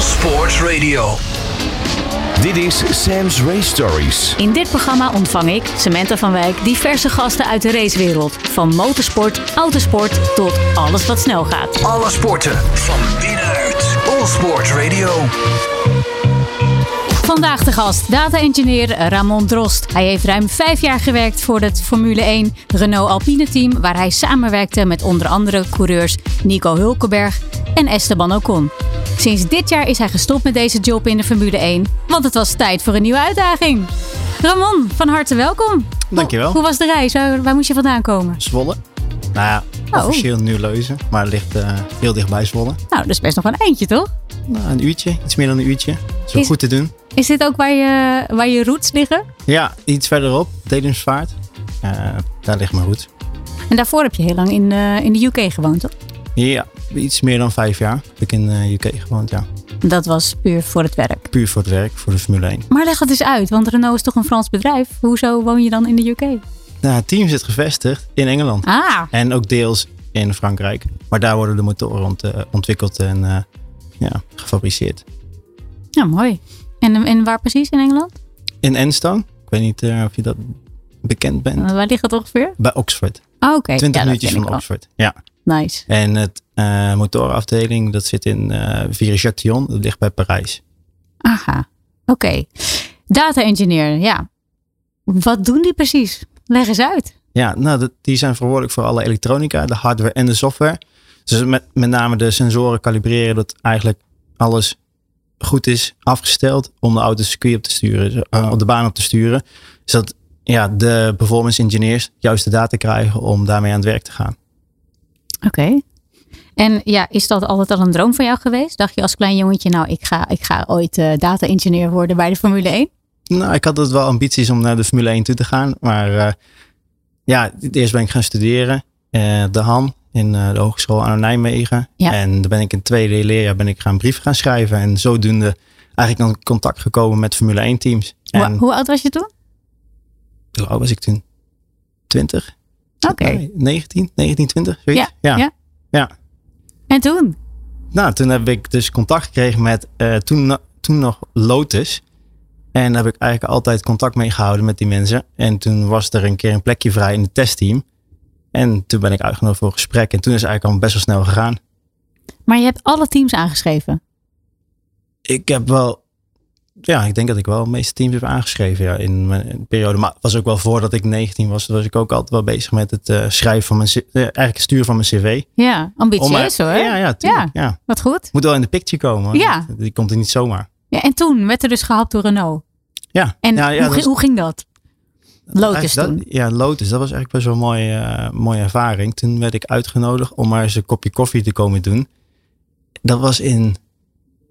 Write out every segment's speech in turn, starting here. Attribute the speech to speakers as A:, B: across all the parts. A: Sports Radio.
B: Dit is Sam's Race Stories.
C: In dit programma ontvang ik, Samantha van Wijk, diverse gasten uit de racewereld. Van motorsport, autosport tot alles wat snel gaat.
A: Alle sporten van binnenuit. All Sports Radio.
C: Vandaag de gast, data-engineer Ramon Drost. Hij heeft ruim vijf jaar gewerkt voor het Formule 1 Renault Alpine team, waar hij samenwerkte met onder andere coureurs Nico Hulkenberg en Esteban Ocon. Sinds dit jaar is hij gestopt met deze job in de Formule 1, want het was tijd voor een nieuwe uitdaging. Ramon, van harte welkom.
D: Dankjewel.
C: Hoe, hoe was de reis? Waar, waar moest je vandaan komen?
D: Zwolle. Nou ja,
C: Oh.
D: officieel nu Leuzen, maar het ligt eh, heel dichtbij Zwolle.
C: Nou, dat is best nog wel een eindje, toch?
D: Nou, een uurtje, iets meer dan een uurtje. Is wel
C: Is-
D: goed te doen.
C: Is dit ook waar je, waar je roots liggen?
D: Ja, iets verderop, Dedemsvaart. Eh, daar ligt mijn route.
C: En daarvoor heb je heel lang in, eh, in de UK gewoond, toch?
D: Ja, iets meer dan vijf jaar heb ik in de UK gewoond, ja.
C: Dat was puur voor het werk.
D: Puur voor het werk, voor de Formule 1.
C: Maar leg dat eens uit, want Renault is toch een Frans bedrijf? Hoezo woon je dan in de UK?
D: Nou, het team zit gevestigd in Engeland.
C: Ah,
D: En ook deels in Frankrijk. Maar daar worden de motoren ont- eh, ontwikkeld en eh, ja, gefabriceerd.
C: ja, mooi. En, en waar precies in Engeland?
D: In Enstone, ik weet niet eh, of je dat bekend bent,
C: Waar ligt dat ongeveer?
D: bij Oxford.
C: Ah, oké. Ja,
D: 20
C: dat
D: minuutjes
C: ken ik
D: van
C: wel.
D: Oxford. Ja.
C: Nice.
D: En het eh motorafdeling, dat zit in eh Virejection, dat ligt bij Parijs.
C: Aha, oké. Data engineer, ja. Wat doen die precies? Leg eens uit.
D: Ja, nou, dat, die zijn verantwoordelijk voor alle elektronica, de hardware en de software. Dus met, met name de sensoren kalibreren, dat eigenlijk alles goed is afgesteld om de auto het circuit op te sturen, zo- eh, op de baan op te sturen. Zodat ja, de performance engineers juist de data krijgen om daarmee aan het werk te gaan.
C: Oké. En ja, is dat altijd al een droom van jou geweest? Dacht je als klein jongetje, nou, ik ga, ik ga ooit eh, data engineer worden bij de Formule 1?
D: Nou, ik had altijd wel ambities om naar de Formule 1 toe te gaan. Maar eh, ja, eerst ben ik gaan studeren. eh, de HAN in eh, de Hogeschool aan Nijmegen.
C: Ja.
D: En dan ben ik in het tweede leerjaar ben ik gaan brieven gaan schrijven. En zodoende eigenlijk in contact gekomen met Formule 1 teams.
C: Hoe-
D: En
C: Hoe oud was je toen?
D: hoe oud was ik toen? 20?
C: Oké.
D: Nee, 19? 19, 20? Zoiets?
C: Ja, ja.
D: ja.
C: En toen?
D: Nou, toen heb ik dus contact gekregen met eh, toen, no- toen nog Lotus. En daar heb ik eigenlijk altijd contact mee gehouden met die mensen. En toen was er een keer een plekje vrij in het testteam. En toen ben ik uitgenodigd voor een gesprek. En toen is het eigenlijk al best wel snel gegaan.
C: Maar je hebt alle teams aangeschreven.
D: Ik heb wel... Ja, ik denk dat ik wel de meeste teams heb aangeschreven ja, in mijn periode. Maar het was ook wel voordat ik 19 was. was ik ook altijd wel bezig met het eh, schrijven van mijn... c- eh, eigenlijk het sturen van mijn cv.
C: Ja, ambitieus
D: maar-
C: hoor.
D: eh, Ja, ja, tuurlijk, ja.
C: Wat goed.
D: Moet wel in de picture komen. hoor.
C: Ja.
D: Die komt er niet zomaar.
C: Ja, en toen werd er dus gehapt door Renault.
D: Ja.
C: En
D: ja, ja,
C: hoe,
D: dat
C: ging-
D: is-
C: hoe ging dat? Lotus
D: Eigenlijk
C: toen.
D: dat- ja, Lotus. Dat was eigenlijk best wel een mooie, eh, mooie ervaring. Toen werd ik uitgenodigd om maar eens een kopje koffie te komen doen. Dat was in,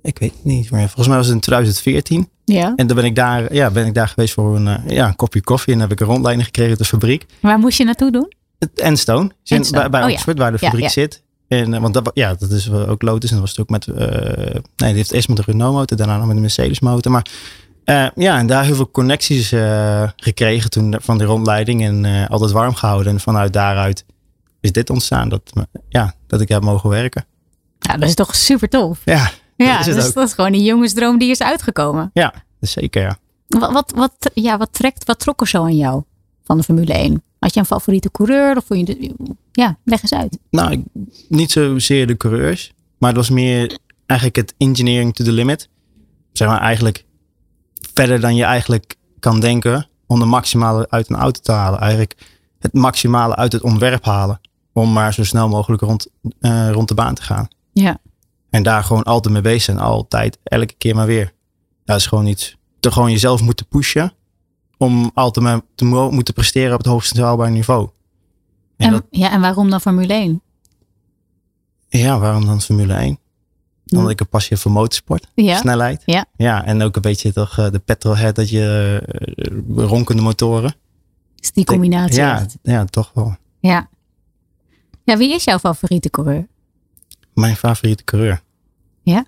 D: ik weet het niet meer, volgens mij was het in 2014.
C: Ja.
D: En dan ben ik daar, ja, ben ik daar geweest voor een, eh, ja, een kopje koffie. En dan heb ik een rondleiding gekregen door de fabriek.
C: Waar moest je naartoe doen?
D: Het Enstone, zin-
C: Enstone,
D: bij, bij
C: oh ja.
D: Oxford, waar de
C: Ja,
D: fabriek
C: ja.
D: zit. En, eh, want dat, wa- ja, dat is wel ook Lotus. En dat was het ook met, eh, nee, die heeft eerst met de Renault motor, daarna nog met de Mercedes motor. Maar eh, ja, en daar heel veel connecties eh, gekregen toen van de rondleiding. En eh, altijd warm gehouden. En vanuit daaruit is dit ontstaan, dat, me- ja, dat ik heb mogen werken.
C: Ja, dat is toch super tof.
D: Ja,
C: Ja,
D: dat is het
C: dus
D: ook.
C: dat is gewoon die jongensdroom die is uitgekomen.
D: Ja, dat is zeker ja.
C: Wat, wat, wat, ja, wat, trekt, wat trok er zo aan jou van de Formule 1? Had je een favoriete coureur? Of vond je de- ja, leg eens uit.
D: Nou, ik- niet zozeer de coureurs, maar het was meer eigenlijk het engineering to the limit. Zeg maar eigenlijk verder dan je eigenlijk kan denken om de maximale uit een auto te halen. Eigenlijk het maximale uit het ontwerp halen om maar zo snel mogelijk rond, eh, rond de baan te gaan.
C: Ja.
D: En daar gewoon altijd mee bezig zijn, altijd, elke keer maar weer. Dat is gewoon iets, te gewoon jezelf moeten pushen om altijd maar te mo- moeten presteren op het hoogst haalbaar niveau. En
C: En,
D: dat-
C: ja, en waarom dan Formule 1?
D: ja, waarom dan Formule 1?
C: Ja.
D: Omdat ik een passie heb voor motorsport,
C: Ja.
D: snelheid.
C: Ja.
D: ja, en ook een beetje toch eh, de petrolhead, dat je eh, ronkende motoren.
C: Is die combinatie.
D: Ja, ja, toch wel.
C: ja. Ja, wie is jouw favoriete coureur?
D: Mijn favoriete coureur.
C: Ja?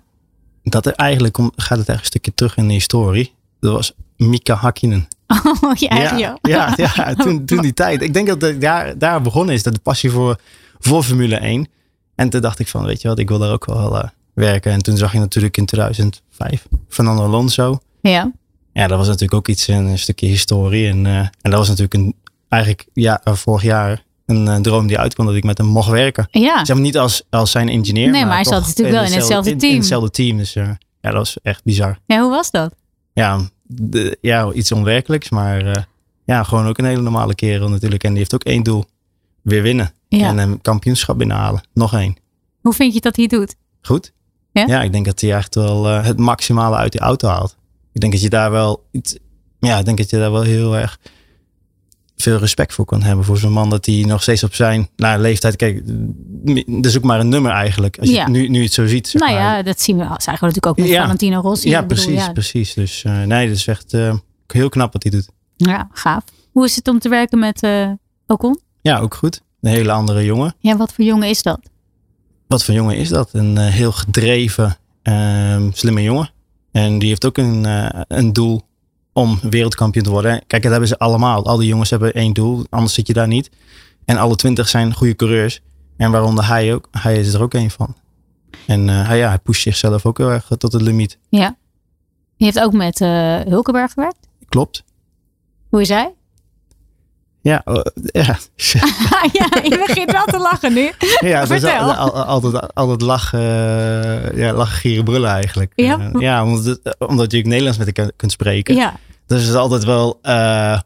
D: Dat er eigenlijk om, gaat het eigenlijk een stukje terug in de historie. Dat was Mika Hakkinen.
C: Oh, je eigen
D: ja,
C: jou.
D: ja, ja, toen, toen die tijd. Ik denk dat het daar, daar begonnen is, dat de passie voor, voor Formule 1. En toen dacht ik van, weet je wat, ik wil daar ook wel eh, werken. En toen zag je natuurlijk in 2005 Fernando Alonso.
C: Ja.
D: Ja, dat was natuurlijk ook iets, een, een stukje historie. En, eh, en dat was natuurlijk een, eigenlijk ja, eh, vorig jaar een eh, droom die uitkwam dat ik met hem mocht werken.
C: Ja.
D: Zeg maar niet als, als zijn engineer.
C: Ah. Nee, maar hij
D: toch
C: zat natuurlijk wel in hetzelfde
D: in-
C: team.
D: In hetzelfde team. Dus eh, ja, dat was echt bizar.
C: ja. Hoe was dat?
D: Ja, de- ja iets onwerkelijks, maar eh, ja, gewoon ook een hele normale kerel natuurlijk. En die heeft ook één doel. Weer winnen.
C: Ja.
D: En een kampioenschap binnenhalen. Nog één.
C: Hoe vind je dat hij doet?
D: Goed?
C: Ja?
D: ik denk dat hij echt wel eh, het maximale uit die auto haalt. Ik denk dat je daar wel iets, ja, ik denk dat je daar wel heel erg veel respect voor kan hebben. Voor zo'n man dat hij nog steeds op zijn nou, leeftijd, kijk, m- dat is ook maar een nummer eigenlijk. Als je
C: Ja.
D: het nu, nu het zo ziet. zeg
C: Nou
D: maar.
C: ja, dat zien we, zagen we natuurlijk ook met
D: Ja.
C: Valentino Rossi.
D: ja,
C: Ik bedoel,
D: precies, precies. Dus eh, nee, dat is echt eh, heel knap wat hij doet.
C: ja. ja, gaaf. Hoe is het om te werken met eh Ocon?
D: Ja, ook goed. Een hele andere jongen.
C: Ja, wat voor jongen is dat?
D: Wat voor jongen is dat? Een eh, heel gedreven, ehm, slimme jongen. En die heeft ook een, eh, een doel om wereldkampioen te worden. Kijk, dat hebben ze allemaal. Al die jongens hebben één doel, anders zit je daar niet. En alle twintig zijn goede coureurs. En waaronder hij ook. Hij is er ook één van. En eh, hij, ja, hij pusht zichzelf ook heel erg tot het limiet.
C: Ja. Je heeft ook met eh Hulkenberg gewerkt.
D: Klopt.
C: Hoe is hij?
D: Ja, eh, ja.
C: ja, je begint wel te lachen nu.
D: ja dat is al-
C: Vertel.
D: al- al- altijd, altijd lachen, eh, ja, lachen, gieren, brullen eigenlijk.
C: Ja?
D: Eh, ja omdat, het- omdat je ook Nederlands met elkaar kunt spreken.
C: Ja,
D: Dus het is altijd wel eh,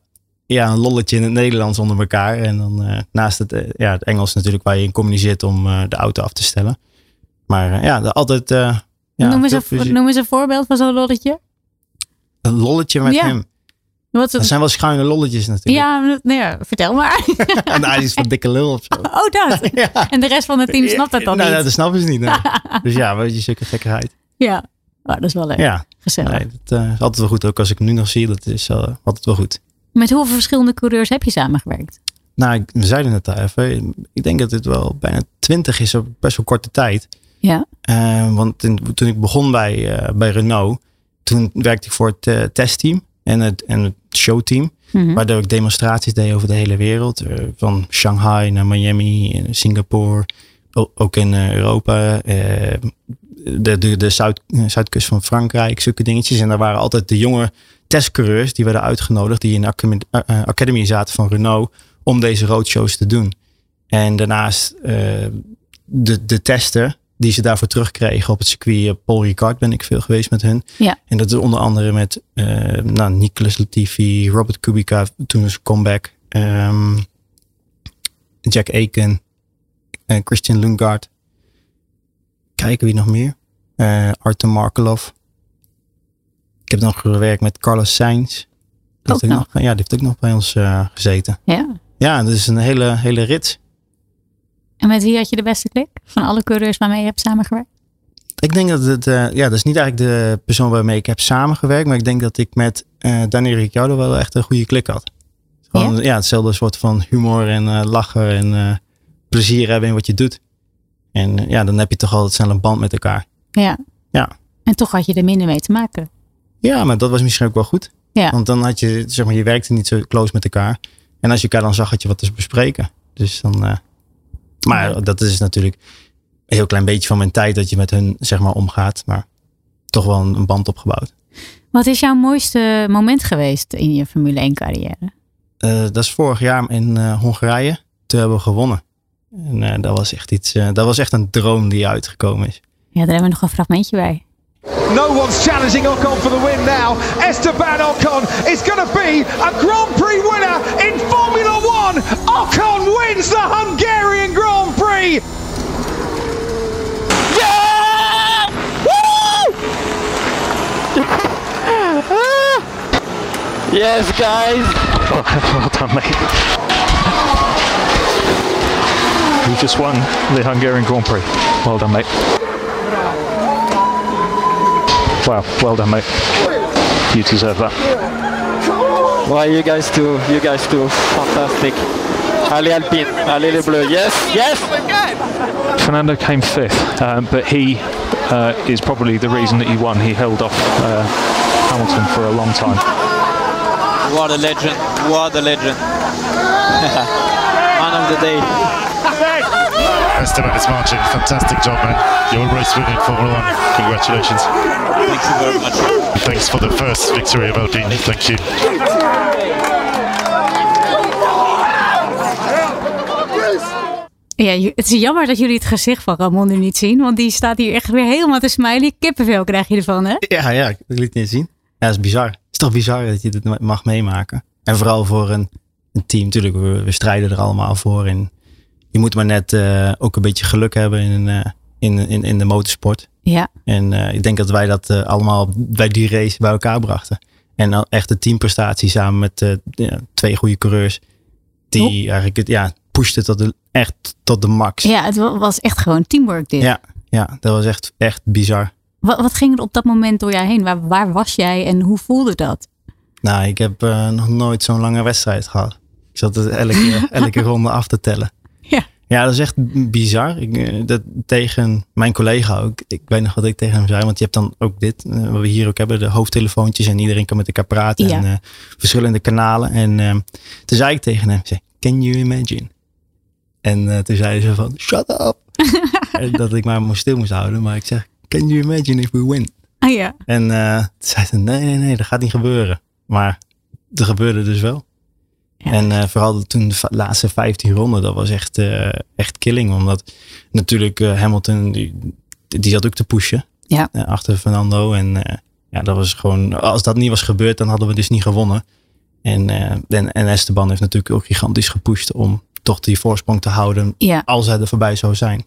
D: ja, een lolletje in het Nederlands onder elkaar. En dan eh, naast het, eh, ja, het Engels natuurlijk waar je in communiceert om eh, de auto af te stellen. Maar eh, ja, de- altijd eh, ja,
C: noem, eens
D: veel
C: een, vo-
D: plezier.
C: noem eens een voorbeeld van zo'n lolletje.
D: een lolletje met
C: Ja.
D: hem.
C: Wat
D: Dat
C: een-
D: zijn wel schuine lolletjes natuurlijk.
C: ja, nou ja, vertel maar.
D: En hij is van dikke lul of zo.
C: oh, dat.
D: Ja.
C: En de rest van het team snapt dat dan
D: nou,
C: niet.
D: dat snappen ze niet. nee. dus ja, weet je, zulke gekkigheid.
C: Ja, oh, dat is wel leuk.
D: Ja,
C: Gezellig.
D: nee, dat eh, is altijd wel goed. Ook als ik hem nu nog zie, dat is eh, altijd wel goed.
C: Met hoeveel verschillende coureurs heb je samengewerkt?
D: Nou, ik- we zeiden het daar even. Ik denk dat dit wel bijna twintig is op best wel korte tijd.
C: Ja.
D: Eh, want in- toen ik begon bij, eh, bij Renault, toen werkte ik voor het eh, testteam en het, en het showteam.
C: Mhm.
D: Waardoor ik demonstraties deed over de hele wereld. eh, van Shanghai naar Miami, eh, Singapore, o- ook in eh, Europa. eh, de de, de Zuid, eh, zuidkust van Frankrijk, zulke dingetjes. En daar waren altijd de jonge testcoureurs die werden uitgenodigd. Die in de academy, eh, eh, academy zaten van Renault om deze roadshows te doen. En daarnaast eh, de, de tester die ze daarvoor terugkregen op het circuit. eh, Paul Ricard ben ik veel geweest met hun.
C: Ja.
D: En dat is onder andere met eh nou, Nicolas Latifi, Robert Kubica, toen is comeback. ehm, Jack Aiken, eh, Christian Lundgaard. Kijken wie nog meer? Eh Artem Markelov. Ik heb nog gewerkt met Carlos Sainz. Die
C: Ook
D: heeft ook nog- ja, die heeft ook nog bij ons eh, gezeten.
C: ja.
D: Ja, dat is een hele, hele rit.
C: En met wie had je de beste klik? Van alle coureurs waarmee je hebt samengewerkt?
D: Ik denk dat het, eh, ja, dat is niet eigenlijk de persoon waarmee ik heb samengewerkt, maar ik denk dat ik met eh Daniel Ricciardo wel echt een goede klik had. Gewoon, ja? hetzelfde soort van humor en eh, lachen en eh, plezier hebben in wat je doet. En eh, ja, dan heb je toch altijd snel een band met elkaar.
C: Ja.
D: Ja.
C: En toch had je er minder mee te maken.
D: Ja, maar dat was misschien ook wel goed.
C: Ja.
D: Want dan had je, zeg maar, je werkte niet zo close met elkaar. En als je elkaar dan zag, had je wat te bespreken. Dus dan, eh, maar
C: Ja.
D: dat is natuurlijk een heel klein beetje van mijn tijd dat je met hun, zeg maar, omgaat. Maar toch wel een, een band opgebouwd.
C: Wat is jouw mooiste moment geweest in je Formule 1 carrière?
D: Eh, dat is vorig jaar in eh, Hongarije. Toen hebben we gewonnen. En eh, dat was echt iets, eh, dat was echt een droom die uitgekomen is.
C: Ja, daar hebben we nog een fragmentje bij.
E: No one's challenging Ocon for the win now. Esteban Ocon is going to be a Grand Prix winner in Formula One. Ocon wins the Hungarian Grand Prix. Yeah! Woo!
F: Yes, guys.
G: Well done, mate. You just won the Hungarian Grand Prix. Well done, mate. Wow, well done, mate. You deserve that.
F: Well, you guys too. You guys too. Fantastic. Ali Alpine. Ali Le Bleu. Yes. Yes.
G: Fernando came fifth, um, but he uh, is probably the reason that you won. He held off uh, Hamilton for a long time.
F: What a legend. What a legend. Man of the day.
H: Esteban is marching. Fantastic job, man. You're a race winner in Formula One. Congratulations. Thank you very much. Thanks for the first victory of Alpine. Thank you.
C: Ja, ju- het is jammer dat jullie het gezicht van Ramon nu niet zien. Want die staat hier echt weer helemaal te smiley. Kippenvel krijg je ervan, hè?
D: Ja, ja, ik ik liet het niet zien. Ja, dat is bizar. Het is toch bizar dat je dit ma- mag meemaken. En vooral voor een, een team. Natuurlijk, we, we strijden er allemaal voor. En je moet maar net eh, ook een beetje geluk hebben in, eh, in, in, in de motorsport.
C: Ja.
D: En eh, ik denk dat wij dat eh, allemaal bij die race bij elkaar brachten. En dan echt de teamprestatie samen met eh, ja, twee goede coureurs. Die
C: Hoe-
D: eigenlijk het, ja, pushten tot de, echt tot de max.
C: Ja, het wa- was echt gewoon teamwork dit.
D: Ja, ja, dat was echt, echt bizar.
C: Wat, wat ging er op dat moment door jou heen? Waar, waar was jij en hoe voelde dat?
D: Nou, ik heb eh, nog nooit zo'n lange wedstrijd gehad. Ik zat het elke, elke ronde af te tellen.
C: Ja.
D: ja, dat is echt bizar. Ik, eh, dat, tegen mijn collega ook. Ik weet nog wat ik tegen hem zei. Want je hebt dan ook dit, eh, wat we hier ook hebben, de hoofdtelefoontjes. En iedereen kan met elkaar praten.
C: Ja.
D: En eh, verschillende kanalen. En eh, toen zei ik tegen hem, ik zei, can you imagine? En eh, toen zei ze van, shut up. en dat ik maar moest- stil moest houden. Maar ik zeg, can you imagine if we win?
C: Ah ja.
D: En eh, toen zei ze, nee, nee, nee, dat gaat niet gebeuren. Maar er gebeurde dus wel.
C: Ja.
D: En eh, vooral toen de va- laatste 15 ronden, dat was echt, eh, echt killing. Omdat natuurlijk eh, Hamilton, die, die zat ook te pushen
C: Ja.
D: eh, achter Fernando. En eh, ja, dat was gewoon, als dat niet was gebeurd, dan hadden we dus niet gewonnen. En, eh, en, en Esteban heeft natuurlijk ook gigantisch gepusht om toch die voorsprong te houden
C: Ja,
D: als hij er voorbij zou zijn.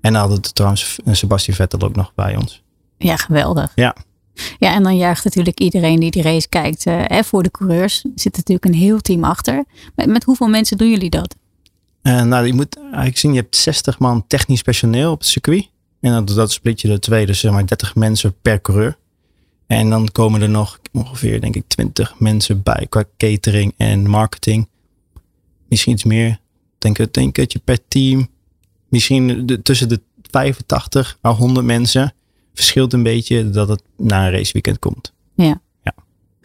D: En dan hadden we trouwens eh, Sebastian Vettel ook nog bij ons.
C: ja geweldig.
D: Ja.
C: Ja, en dan juicht natuurlijk iedereen die die race kijkt. eh, hè, voor de coureurs Er zit natuurlijk een heel team achter. Met, met hoeveel mensen doen jullie dat?
D: Eh, nou, je moet eigenlijk zien, je hebt 60 man technisch personeel op het circuit. En dat, dat split je er twee, dus zeg maar 30 mensen per coureur. En dan komen er nog ongeveer, denk ik, 20 mensen bij qua catering en marketing. Misschien iets meer. Ik Denk, ik denk dat je per team misschien de- tussen de 85 à 100 mensen verschilt een beetje dat het na een raceweekend komt.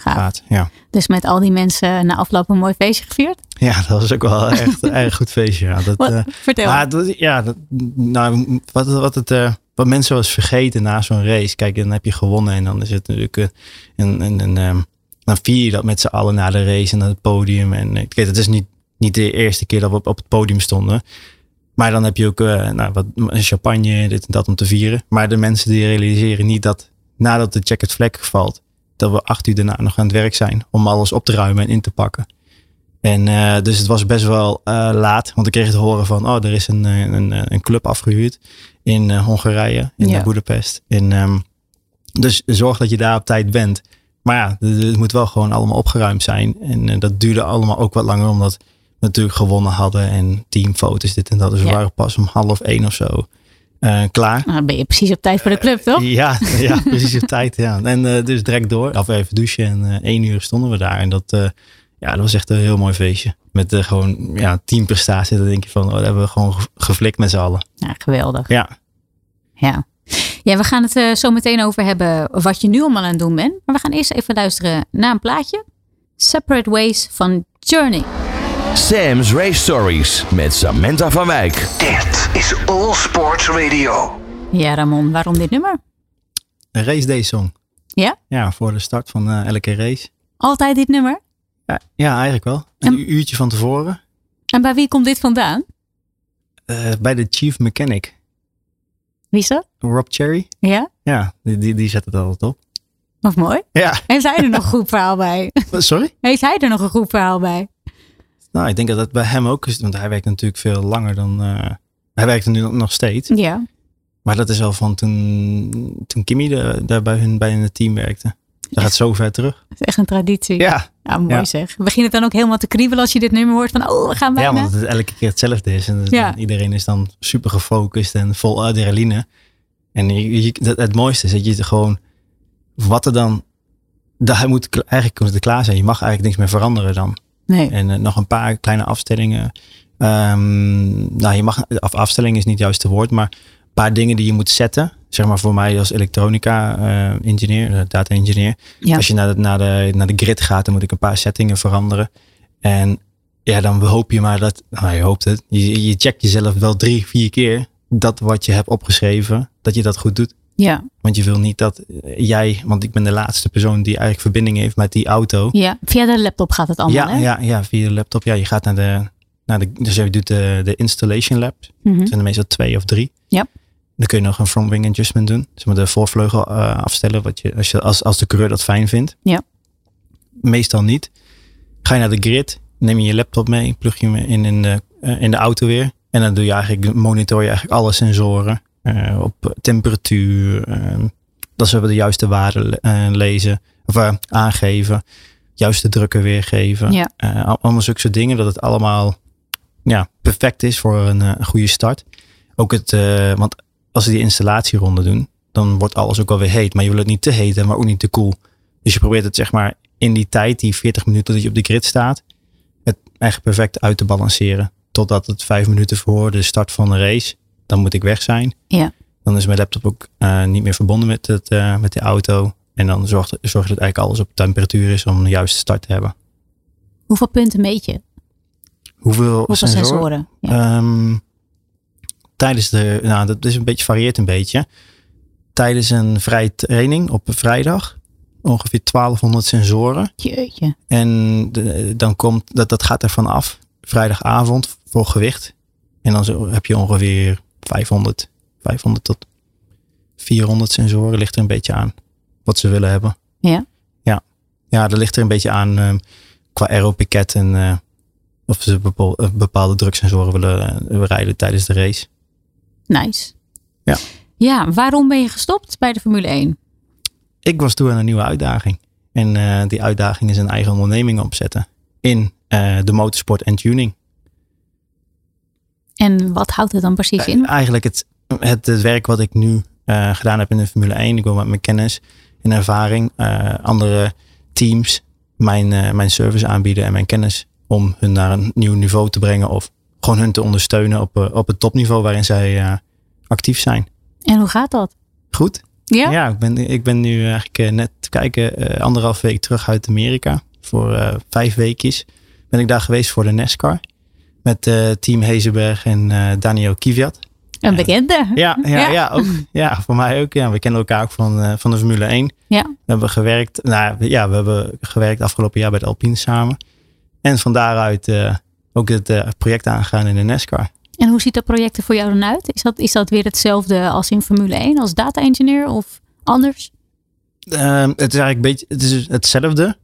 C: Gaaf.
D: Gaat, ja.
C: Dus met al die mensen na afloop een mooi feestje gevierd?
D: ja, dat was ook wel echt een erg goed feestje. Ja. Dat,
C: Wat,
D: eh,
C: vertel.
D: Ja, dat, ja dat, nou, wat, wat, het, eh, wat mensen wel eens vergeten na zo'n race. Kijk, dan heb je gewonnen en dan is het natuurlijk eh, een... een, een ehm, dan vier je dat met z'n allen na de race en naar het podium. En eh, kijk, dat is niet, niet de eerste keer dat we op, op het podium stonden. Maar dan heb je ook eh, nou, wat, champagne, dit en dat om te vieren. Maar de mensen die realiseren niet dat nadat de checkered flag valt... dat we acht uur daarna nog aan het werk zijn om alles op te ruimen en in te pakken. En eh, dus het was best wel eh, laat, want ik kreeg het horen van, oh, er is een, eh, een, eh, een club afgehuurd in eh, Hongarije, in
C: Ja.
D: eh, Boedapest. En, ehm, dus zorg dat je daar op tijd bent. Maar ja, d- d- het moet wel gewoon allemaal opgeruimd zijn. En eh, dat duurde allemaal ook wat langer, omdat we natuurlijk gewonnen hadden en teamfoto's, dit en dat. Dus we
C: Ja.
D: waren pas om half één of zo eh, klaar.
C: Nou, dan ben je precies op tijd voor de club, toch?
D: Ja, ja precies op tijd. Ja. En eh, dus direct door. Af even douchen en eh één uur stonden we daar. En dat, eh, ja, dat was echt een heel mooi feestje. Met eh, gewoon ja, teamprestatie. Dan denk je van, oh, dat hebben we gewoon ge- geflikt met z'n allen.
C: Ja, geweldig.
D: Ja,
C: Ja. Ja, we gaan het eh, zo meteen over hebben wat je nu allemaal aan het doen bent. Maar we gaan eerst even luisteren naar een plaatje. Separate Ways van Journey.
B: Sam's Race Stories met Samantha van Wijk.
A: Dit is All Sports Radio.
C: Ja, Ramon, waarom dit nummer?
D: een race day song.
C: Ja?
D: Ja, voor de start van eh, elke race.
C: Altijd dit nummer?
D: Ja, ja eigenlijk wel. Een
C: En-
D: u- uurtje van tevoren.
C: En bij wie komt dit vandaan?
D: eh, bij de chief mechanic,
C: Wie is dat?
D: Rob Cherry.
C: Ja?
D: Ja, die, die, die zet het altijd op.
C: Of mooi?
D: Ja,
C: Heeft hij er nog een goed verhaal bij?
D: sorry?
C: Heeft hij er nog een goed verhaal bij?
D: Nou, ik denk dat dat bij hem ook is. Want hij werkt natuurlijk veel langer dan... eh, hij werkt er nu nog- nog steeds.
C: Ja.
D: Maar dat is al van toen, toen Kimmy de- daar bij hun bij in het team werkte. Dat gaat zo ver terug.
C: Dat is echt een traditie.
D: Ja,
C: Ja, mooi
D: Ja.
C: zeg. Begint het dan ook helemaal te kriebelen als je dit nummer hoort van oh, we gaan
D: ja
C: bijna.
D: want het elke keer hetzelfde is. En dus
C: Ja.
D: dan- iedereen is dan super gefocust en vol adrenaline. En je, je- dat, het mooiste is dat je het gewoon, wat er dan, dat hij moet, kla- eigenlijk moet het klaar zijn. Je mag eigenlijk niks meer veranderen dan.
C: nee.
D: En eh, nog een paar kleine afstellingen. Ehm, nou, je mag, af, afstelling is niet juist het woord, maar een paar dingen die je moet zetten. Zeg maar voor mij als eh, elektronica-engineer, data-engineer.
C: Ja.
D: Als je naar de, naar, de, naar de grid gaat, dan moet ik een paar settingen veranderen. En Ja, dan hoop je maar dat, nou je hoopt het, je, je checkt jezelf wel drie, vier keer dat wat je hebt opgeschreven, dat je dat goed doet.
C: Ja,
D: Want je wil niet dat eh, jij, want ik ben de laatste persoon die eigenlijk verbinding heeft met die auto.
C: ja. Via de laptop gaat het allemaal,
D: ja,
C: hè?
D: ja, ja, via de laptop. Ja, je gaat naar de, naar de dus je doet de, de installation lab.
C: Mhm.
D: Het zijn er meestal twee of drie.
C: Ja.
D: Dan kun je nog een front wing adjustment doen. Zeg maar de voorvleugel eh, afstellen wat je, als, je, als, als de coureur dat fijn vindt.
C: Ja.
D: Meestal niet. Ga je naar de grid, neem je je laptop mee, plug je hem in, in, de, eh, in de auto weer. En dan doe je eigenlijk, monitor je eigenlijk alle sensoren eh, op temperatuur. eh, dat ze de juiste waarden eh, lezen of eh, aangeven. Juiste drukken weergeven.
C: Ja.
D: Eh, al- allemaal zulke soort dingen. Dat het allemaal ja, perfect is voor een eh, goede start. Ook het, eh, want als ze die installatieronde doen, dan wordt alles ook alweer heet. Maar je wil het niet te heet, maar ook niet te koel. Dus je probeert het zeg maar in die tijd, die 40 minuten dat je op de grid staat, het echt perfect uit te balanceren. Totdat het vijf minuten voor de start van de race, dan moet ik weg zijn.
C: Ja.
D: Dan is mijn laptop ook eh, niet meer verbonden met, het, eh, met de auto. En dan zorgt, zorgt dat eigenlijk alles op temperatuur is om de juiste start te hebben.
C: Hoeveel punten meet je?
D: Hoeveel,
C: Hoeveel
D: sensoren?
C: sensoren? Ja.
D: Ehm, tijdens de, nou, dat is een beetje varieert een beetje. Tijdens een vrije training op een vrijdag ongeveer 1200 sensoren.
C: Jeetje.
D: En de- dan komt, dat, dat gaat ervan af. Vrijdagavond voor gewicht. En dan zo heb je ongeveer 500, 500 tot 400 sensoren. Ligt er een beetje aan wat ze willen hebben.
C: Ja.
D: Ja, ja dat ligt er een beetje aan ehm, qua aeropiket en eh, of ze bepo- eh, bepaalde drugsensoren willen eh, rijden tijdens de race.
C: Nice.
D: Ja.
C: Ja, waarom ben je gestopt bij de Formule 1?
D: ik was toe aan een nieuwe uitdaging. En eh, die uitdaging is een eigen onderneming opzetten in eh, de motorsport en tuning.
C: En wat houdt het dan precies
D: Eh,
C: in?
D: Eigenlijk het, het, het werk wat ik nu eh, gedaan heb in de Formule 1. Ik wil met mijn kennis en ervaring eh, andere teams mijn, eh, mijn service aanbieden en mijn kennis om hun naar een nieuw niveau te brengen of gewoon hun te ondersteunen op, eh, op het topniveau waarin zij eh, actief zijn.
C: En hoe gaat dat?
D: Goed?
C: Ja?
D: Ja, ik, ben, ik ben nu eigenlijk eh, net te kijken, eh, anderhalf week terug uit Amerika. Voor eh, vijf weekjes ben ik daar geweest voor de NASCAR. Met eh, team Hezenberg en eh, Daniel Kvyat.
C: Een bekende.
D: Ja, ja,
C: Ja.
D: ja. ook, ja, voor mij ook. Ja. We kennen elkaar ook van, eh, van de Formule 1.
C: Ja.
D: We hebben gewerkt, nou ja, we hebben gewerkt afgelopen jaar bij de Alpine samen. En van daaruit eh, ook het eh, project aangegaan in de NASCAR.
C: En hoe ziet dat project er voor jou dan uit? Is dat, is dat weer hetzelfde als in Formule 1 als data engineer of anders?
D: Ehm, het is eigenlijk een beetje het is hetzelfde.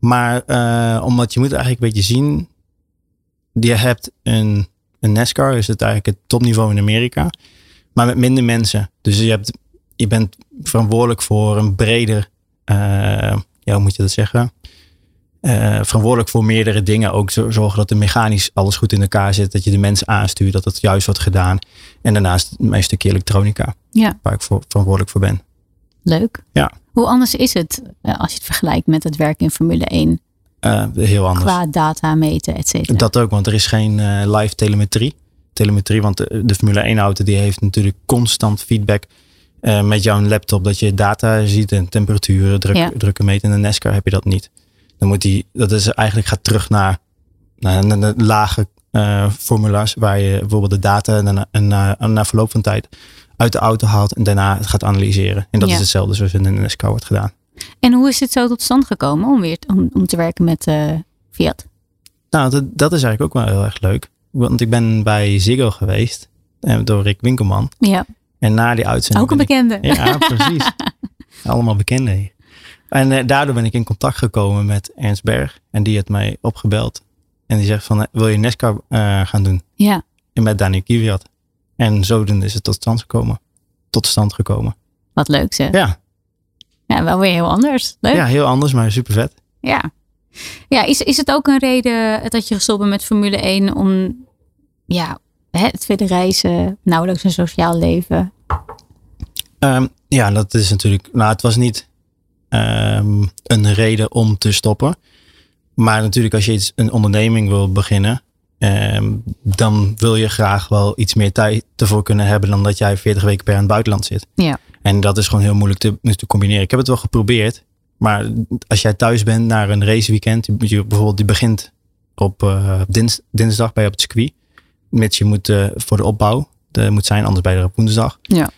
D: Maar eh, omdat je moet eigenlijk een beetje zien. Je hebt een, een NASCAR, is het eigenlijk het topniveau in Amerika. Maar met minder mensen. Dus je, hebt, je bent verantwoordelijk voor een breder. eh, ja, hoe moet je dat zeggen? Eh, verantwoordelijk voor meerdere dingen. Ook zo- zorgen dat er mechanisch alles goed in elkaar zit. Dat je de mensen aanstuurt, dat het juist wordt gedaan. En daarnaast mijn stukje elektronica,
C: Ja,
D: waar ik voor, verantwoordelijk voor ben.
C: leuk.
D: Ja.
C: Hoe anders is het eh, als je het vergelijkt met het werk in Formule 1
D: Eh, heel anders.
C: qua data meten, et cetera?
D: Dat ook, want er is geen eh, live telemetrie. Telemetrie, want de, de Formule 1 auto die heeft natuurlijk constant feedback eh, met jouw laptop. Dat je data ziet en temperaturen, druk,
C: Ja.
D: drukken meten. In de NASCAR heb je dat niet. Dan moet die, dat is eigenlijk gaat terug naar, naar, naar, naar lage eh, formulas. Waar je bijvoorbeeld de data na, na, na, na verloop van tijd uit de auto haalt. En daarna het gaat analyseren. En dat
C: Ja.
D: is hetzelfde zoals in de NASCAR wordt gedaan.
C: En hoe is het zo tot stand gekomen om weer om, om te werken met eh, Fiat?
D: Nou, dat, dat is eigenlijk ook wel heel erg leuk. Want ik ben bij Ziggo geweest eh, door Rick Winkelman.
C: Ja,
D: En na die uitzending...
C: ook een
D: ben ik-
C: bekende.
D: Ja, precies. Allemaal bekenden hier. En eh, daardoor ben ik in contact gekomen met Ernst Berg. En die heeft mij opgebeld. En die zegt van, eh, wil je Nesca eh, gaan doen?
C: Ja.
D: En met Daniel Kvyat. En zodoende is het tot stand gekomen. Tot stand gekomen.
C: Wat leuk zeg.
D: Ja,
C: Ja, Nou, wel weer heel anders. Leuk.
D: ja heel anders, maar super vet.
C: Ja. Ja, is, is het ook een reden dat je gestopt bent met Formule 1 om ja, hè, het verder reizen, nauwelijks een sociaal leven?
D: Ehm, ja, dat is natuurlijk. Nou, het was niet ehm, een reden om te stoppen. Maar natuurlijk, als je iets, een onderneming wil beginnen, ehm, dan wil je graag wel iets meer tijd ervoor kunnen hebben dan dat jij 40 weken per jaar in het buitenland zit.
C: Ja.
D: En dat is gewoon heel moeilijk te, te combineren. Ik heb het wel geprobeerd. Maar als jij thuis bent naar een raceweekend, je- bijvoorbeeld die begint op eh, dins, dinsdag bij op het circuit. Mits je moet eh, voor de opbouw eh, moet zijn, anders bij de op woensdag.
C: Ja.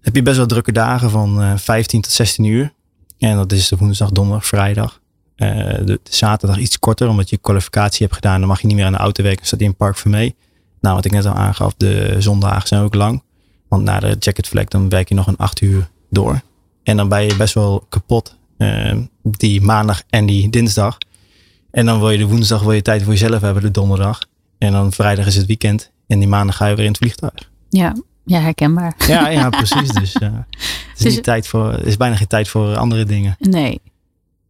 D: Heb je best wel drukke dagen van eh, 15 tot 16 uur. En dat is de woensdag, donderdag, vrijdag. Eh, de, de zaterdag iets korter, omdat je kwalificatie hebt gedaan. Dan mag je niet meer aan de auto werken, staat in het park voor mee. Nou, wat ik net al aangaf, de zondagen zijn ook lang. Want na de jacket flag, dan werk je nog een acht uur door. En dan ben je best wel kapot eh, die maandag en die dinsdag. En dan wil je de woensdag wil je tijd voor jezelf hebben, de donderdag. En dan vrijdag is het weekend. En die maandag ga je weer in het vliegtuig.
C: Ja, ja herkenbaar.
D: Ja, ja precies. Dus ja. het is,
C: Dus-
D: niet tijd voor, er is bijna geen tijd voor eh, andere dingen.
C: Nee.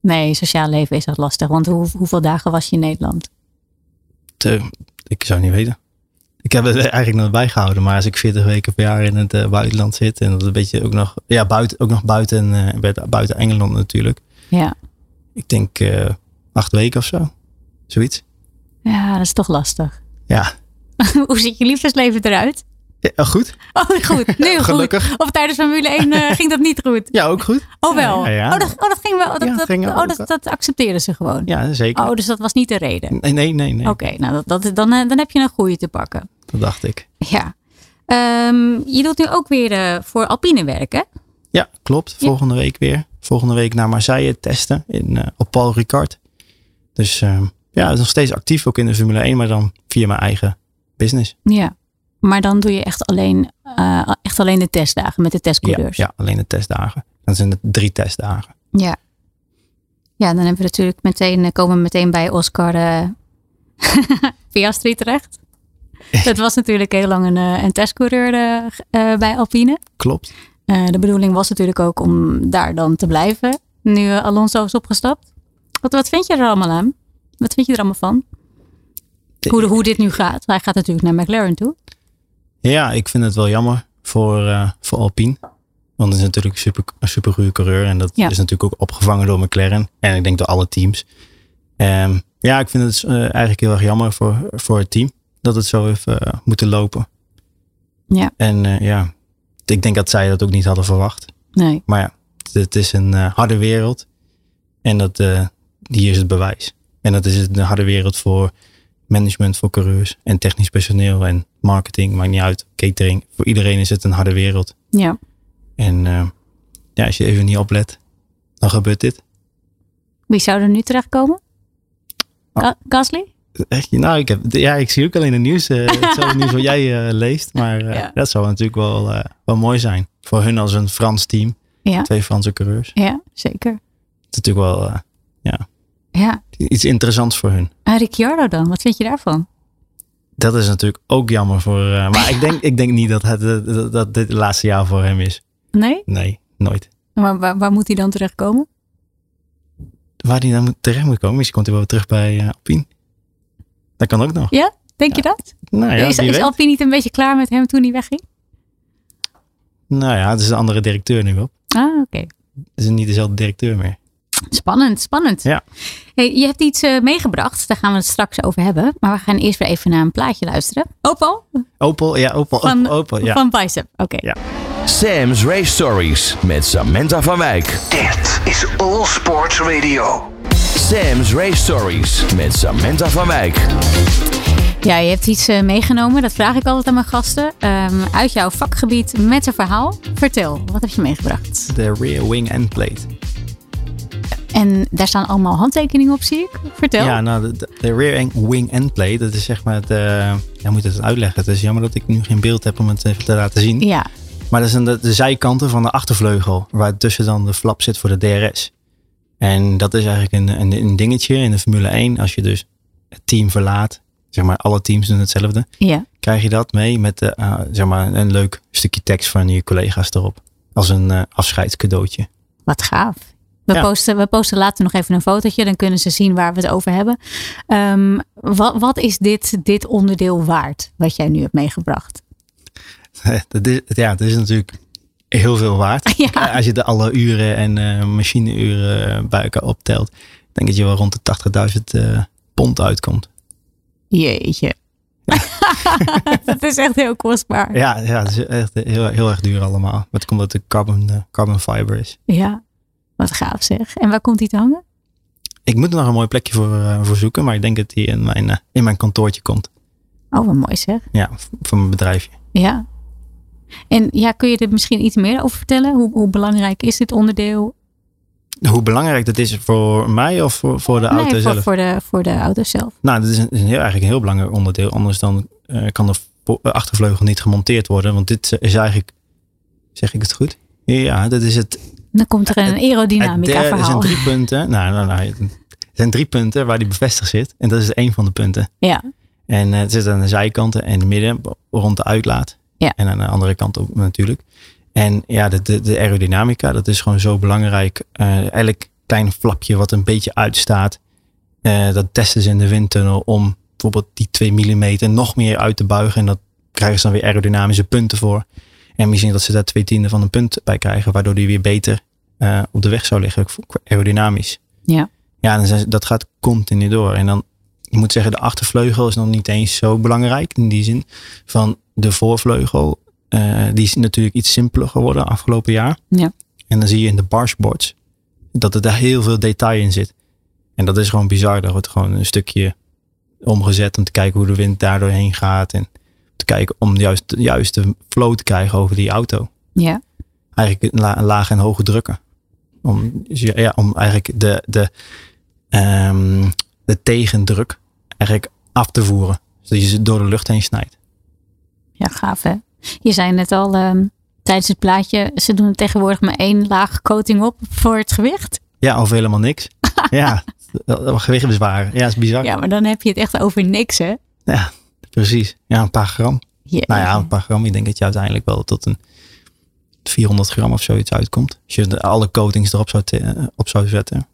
C: Nee, sociaal leven is dat lastig. Want hoe, hoeveel dagen was je in Nederland?
D: Te- ik zou niet weten. Ik heb het er eigenlijk nooit bijgehouden. Maar als ik 40 weken per jaar in het eh, buitenland zit. En dat een beetje ook nog, ja, buiten, ook nog buiten, eh, buiten- buiten Engeland natuurlijk.
C: Ja.
D: Ik denk eh, acht weken of zo. Zoiets.
C: Ja, dat is toch lastig.
D: Ja,
C: hoe ziet je liefdesleven eruit?
D: ja goed.
C: Oh, goed. Nu goed.
D: Gelukkig.
C: Of tijdens Formule 1 eh, ging dat niet goed.
D: Ja, ook goed.
C: Oh, wel.
D: Ja, ja.
C: Oh, dat, oh, dat ging wel. Dat,
D: Ja,
C: dat,
D: ging
C: oh,
D: wel.
C: dat, dat accepteren ze gewoon.
D: Ja, zeker.
C: Oh, dus dat was niet de reden.
D: Nee, nee, nee. nee.
C: Oké, nou, dat, dat, dan, eh, dan heb je een goede te pakken.
D: Dat dacht ik.
C: Ja. Ehm, je doet nu ook weer eh, voor Alpine werk, hè?
D: Ja, klopt. Volgende week weer. Volgende week naar Marseille testen in, eh, op Paul Ricard. Dus ehm, ja, het is nog steeds actief ook in de Formule 1, maar dan via mijn eigen business.
C: Ja. Maar dan doe je echt alleen, eh, echt alleen de testdagen met de
D: Ja,
C: testcoureurs.
D: ja, alleen de testdagen. Dan zijn het drie testdagen.
C: Ja. Ja, dan hebben we natuurlijk meteen, eh, komen we meteen bij Oscar eh Piastri terecht. Dat was natuurlijk heel lang een, eh, een testcoureur eh, g- eh, bij Alpine.
D: Klopt.
C: Eh, de bedoeling was natuurlijk ook om daar dan te blijven. Nu eh, Alonso is opgestapt. Wat, wat vind je er allemaal aan? Wat vind je er allemaal van? Hoe, hoe dit nu gaat. Hij gaat natuurlijk naar McLaren toe.
D: Ja, ik vind het wel jammer voor, eh, voor Alpine. Want het is natuurlijk super, een super goede coureur. En dat
C: Ja.
D: is natuurlijk ook opgevangen door McLaren. En ik denk door alle teams. Ehm, ja, ik vind het eh, eigenlijk heel erg jammer voor, voor het team. Dat het zo heeft eh, moeten lopen.
C: Ja.
D: En eh, ja, ik denk dat zij dat ook niet hadden verwacht.
C: Nee.
D: Maar ja, het- het is een eh, harde wereld. En dat, eh, hier is het bewijs. En dat is het- een harde wereld voor management, voor coureurs en technisch personeel en marketing. Maakt niet uit. Catering. Voor iedereen is het een harde wereld.
C: Ja.
D: En eh, ja, als je even niet oplet, dan gebeurt dit.
C: Wie zou er nu terechtkomen? Ka- Gasly?
D: Echt, nou, ik, heb, ja, ik zie ook alleen het nieuws. eh, hetzelfde nieuws wat jij eh, leest. Maar eh,
C: Ja.
D: dat zou natuurlijk wel, eh, wel mooi zijn. Voor hun als een Frans team.
C: Ja.
D: Twee Franse coureurs.
C: Ja, zeker.
D: Het is natuurlijk wel eh, ja,
C: Ja.
D: iets interessants voor hun.
C: En Ricciardo dan? Wat vind je daarvan?
D: Dat is natuurlijk ook jammer voor. eh, maar ik denk, ik denk niet dat, het, eh, dat, dat dit het laatste jaar voor hem is.
C: Nee?
D: Nee, nooit.
C: Maar waar, waar moet hij dan terechtkomen?
D: Waar hij dan moet- terecht moet komen, misschien komt hij wel terug bij eh Alpine. Dat kan ook nog.
C: Ja? Denk je dat?
D: Nou ja,
C: is
D: wie
C: is
D: weet.
C: Alpine niet een beetje klaar met hem toen hij wegging?
D: nou ja, het is een andere directeur nu op.
C: Ah, oké.
D: Het is niet dezelfde directeur meer.
C: Spannend, spannend.
D: Ja.
C: Hey, je hebt iets eh, meegebracht, daar gaan we het straks over hebben. Maar we gaan eerst weer even naar een plaatje luisteren. Opal
D: Opel, ja, Opel,
C: van,
D: Opel, Opel, ja.
C: van Bicep. Oké.
D: Ja.
B: Sam's Race Stories met Samantha van Wijk.
A: Dit is All Sports Radio.
B: Sam's Race Stories met Samantha van Wijk.
C: Ja, je hebt iets eh, meegenomen, dat vraag ik altijd aan mijn gasten. Ehm, uit jouw vakgebied met een verhaal. Vertel, wat heb je meegebracht?
D: De rear wing end plate.
C: En daar staan allemaal handtekeningen op, zie ik. Vertel.
D: Ja, nou, de, de rear en- wing end plate, dat is zeg maar het. eh, ja, moet het uitleggen. Het is jammer dat ik nu geen beeld heb om het even te laten zien.
C: Ja,
D: Maar dat zijn de, de zijkanten van de achtervleugel, waar tussen dan de flap zit voor de DRS. En dat is eigenlijk een, een, een dingetje in de Formule 1. Als je dus het team verlaat, zeg maar alle teams doen hetzelfde,
C: ja.
D: krijg je dat mee met de, eh, zeg maar een leuk stukje tekst van je collega's erop. Als een eh, afscheidscadeautje.
C: Wat gaaf. We,
D: Ja.
C: posten, we posten later nog even een fotootje, dan kunnen ze zien waar we het over hebben. Ehm, wat, wat is dit, dit onderdeel waard, wat jij nu hebt meegebracht?
D: dat is, ja, het is natuurlijk heel veel waard.
C: Ja.
D: Eh, Als je de alle uren en eh, machineuren eh, bij elkaar optelt, denk dat je wel rond de 80.000 eh, pond uitkomt.
C: Jeetje. dat is echt heel kostbaar.
D: Ja, ja het is echt heel, heel erg duur allemaal. Maar het komt omdat het carbon, eh, carbon fiber is.
C: Ja, wat gaaf zeg. En waar komt die te hangen?
D: Ik moet er nog een mooi plekje voor, eh, voor zoeken, maar ik denk dat die in mijn, eh, in mijn kantoortje komt.
C: Oh, wat mooi zeg.
D: Ja, v- van mijn bedrijfje.
C: Ja. En ja, kun je er misschien iets meer over vertellen? Hoe, hoe belangrijk is dit onderdeel?
D: Hoe belangrijk dat is voor mij of voor, voor de auto
C: nee,
D: zelf?
C: voor, voor, de, voor de auto zelf.
D: Nou, dat is, een, is een heel, eigenlijk een heel belangrijk onderdeel. Anders dan eh, kan de vo- eh, achtervleugel niet gemonteerd worden. Want dit eh, is eigenlijk, zeg ik het goed? Ja, dat is het
C: Dan komt er een
D: Het
C: aerodynamica
D: derde- Er zijn
C: verhaal.
D: drie punten. Nou, nou, nou, er zijn drie punten waar die bevestigd zit. En dat is één van de punten.
C: Ja,
D: En eh, het zit aan de zijkanten en het midden rond de uitlaat.
C: Ja.
D: En aan de andere kant ook natuurlijk. En ja, de, de, de aerodynamica, dat is gewoon zo belangrijk. Eh, elk klein flapje wat een beetje uitstaat, eh, dat testen ze in de windtunnel om bijvoorbeeld die 2 mm nog meer uit te buigen. En dat krijgen ze dan weer aerodynamische punten voor. En misschien dat ze daar twee tienden van een punt bij krijgen, waardoor die weer beter eh, op de weg zou liggen qua aerodynamisch.
C: ja.
D: Ja, dan zijn ze- dat gaat continu door. En dan, je moet zeggen, de achtervleugel is nog niet eens zo belangrijk. In die zin van de voorvleugel. eh, die is natuurlijk iets simpeler geworden afgelopen jaar.
C: Ja.
D: En dan zie je in de bargeboards dat er daar heel veel detail in zit. En dat is gewoon bizar. Daar wordt gewoon een stukje omgezet om te kijken hoe de wind daar doorheen gaat. En te kijken om juist, juist de flow te krijgen over die auto
C: ja.
D: eigenlijk la, laag en hoge drukken. Om, ja, om eigenlijk de, de, ehm, de tegendruk eigenlijk af te voeren. Zodat je ze door de lucht heen snijdt.
C: Ja, gaaf hè. Je zei net al ehm, tijdens het plaatje, ze doen er tegenwoordig maar één laag coating op voor het gewicht.
D: Ja, of helemaal niks. ja, gewicht bezwaren. Ja, is bizar. Ja.
C: Ja, maar dan heb je het echt over niks hè.
D: precies. Ja, een paar gram.
C: Je-
D: Nou ja, een paar gram. Ik denk dat je uiteindelijk wel tot een 400 gram of zoiets uitkomt. Als je de- alle coatings erop zou, te- op zou zetten.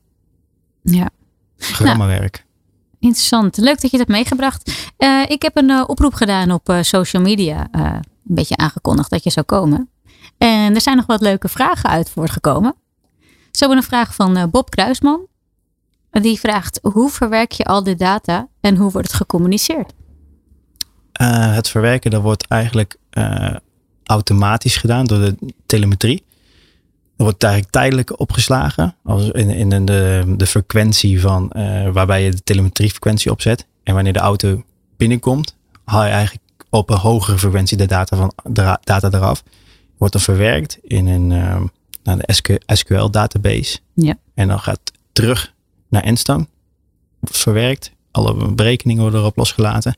C: ja.
D: Grammenwerk.
C: Interessant. Leuk dat je dat meegebracht. Eh, ik heb een eh, oproep gedaan op eh, social media. eh, een beetje aangekondigd dat je zou komen. En er zijn nog wat leuke vragen uit voortgekomen. Zo hebben we een vraag van eh, Bob Kruisman. En Die vraagt, hoe verwerk je al de data en hoe wordt het gecommuniceerd?
D: Eh, het verwerken, dat wordt eigenlijk eh, automatisch gedaan door de telemetrie. Dat wordt eigenlijk tijdelijk opgeslagen als in, in de- de, de frequentie van eh, waarbij je de telemetriefrequentie opzet. En wanneer de auto binnenkomt, haal je eigenlijk op een hogere frequentie de data, van, de ra- data eraf. Wordt dan verwerkt in een ehm, naar de SQL-database.
C: Ja.
D: En dan gaat terug naar Enstone. Wordt verwerkt. Alle berekeningen worden erop losgelaten.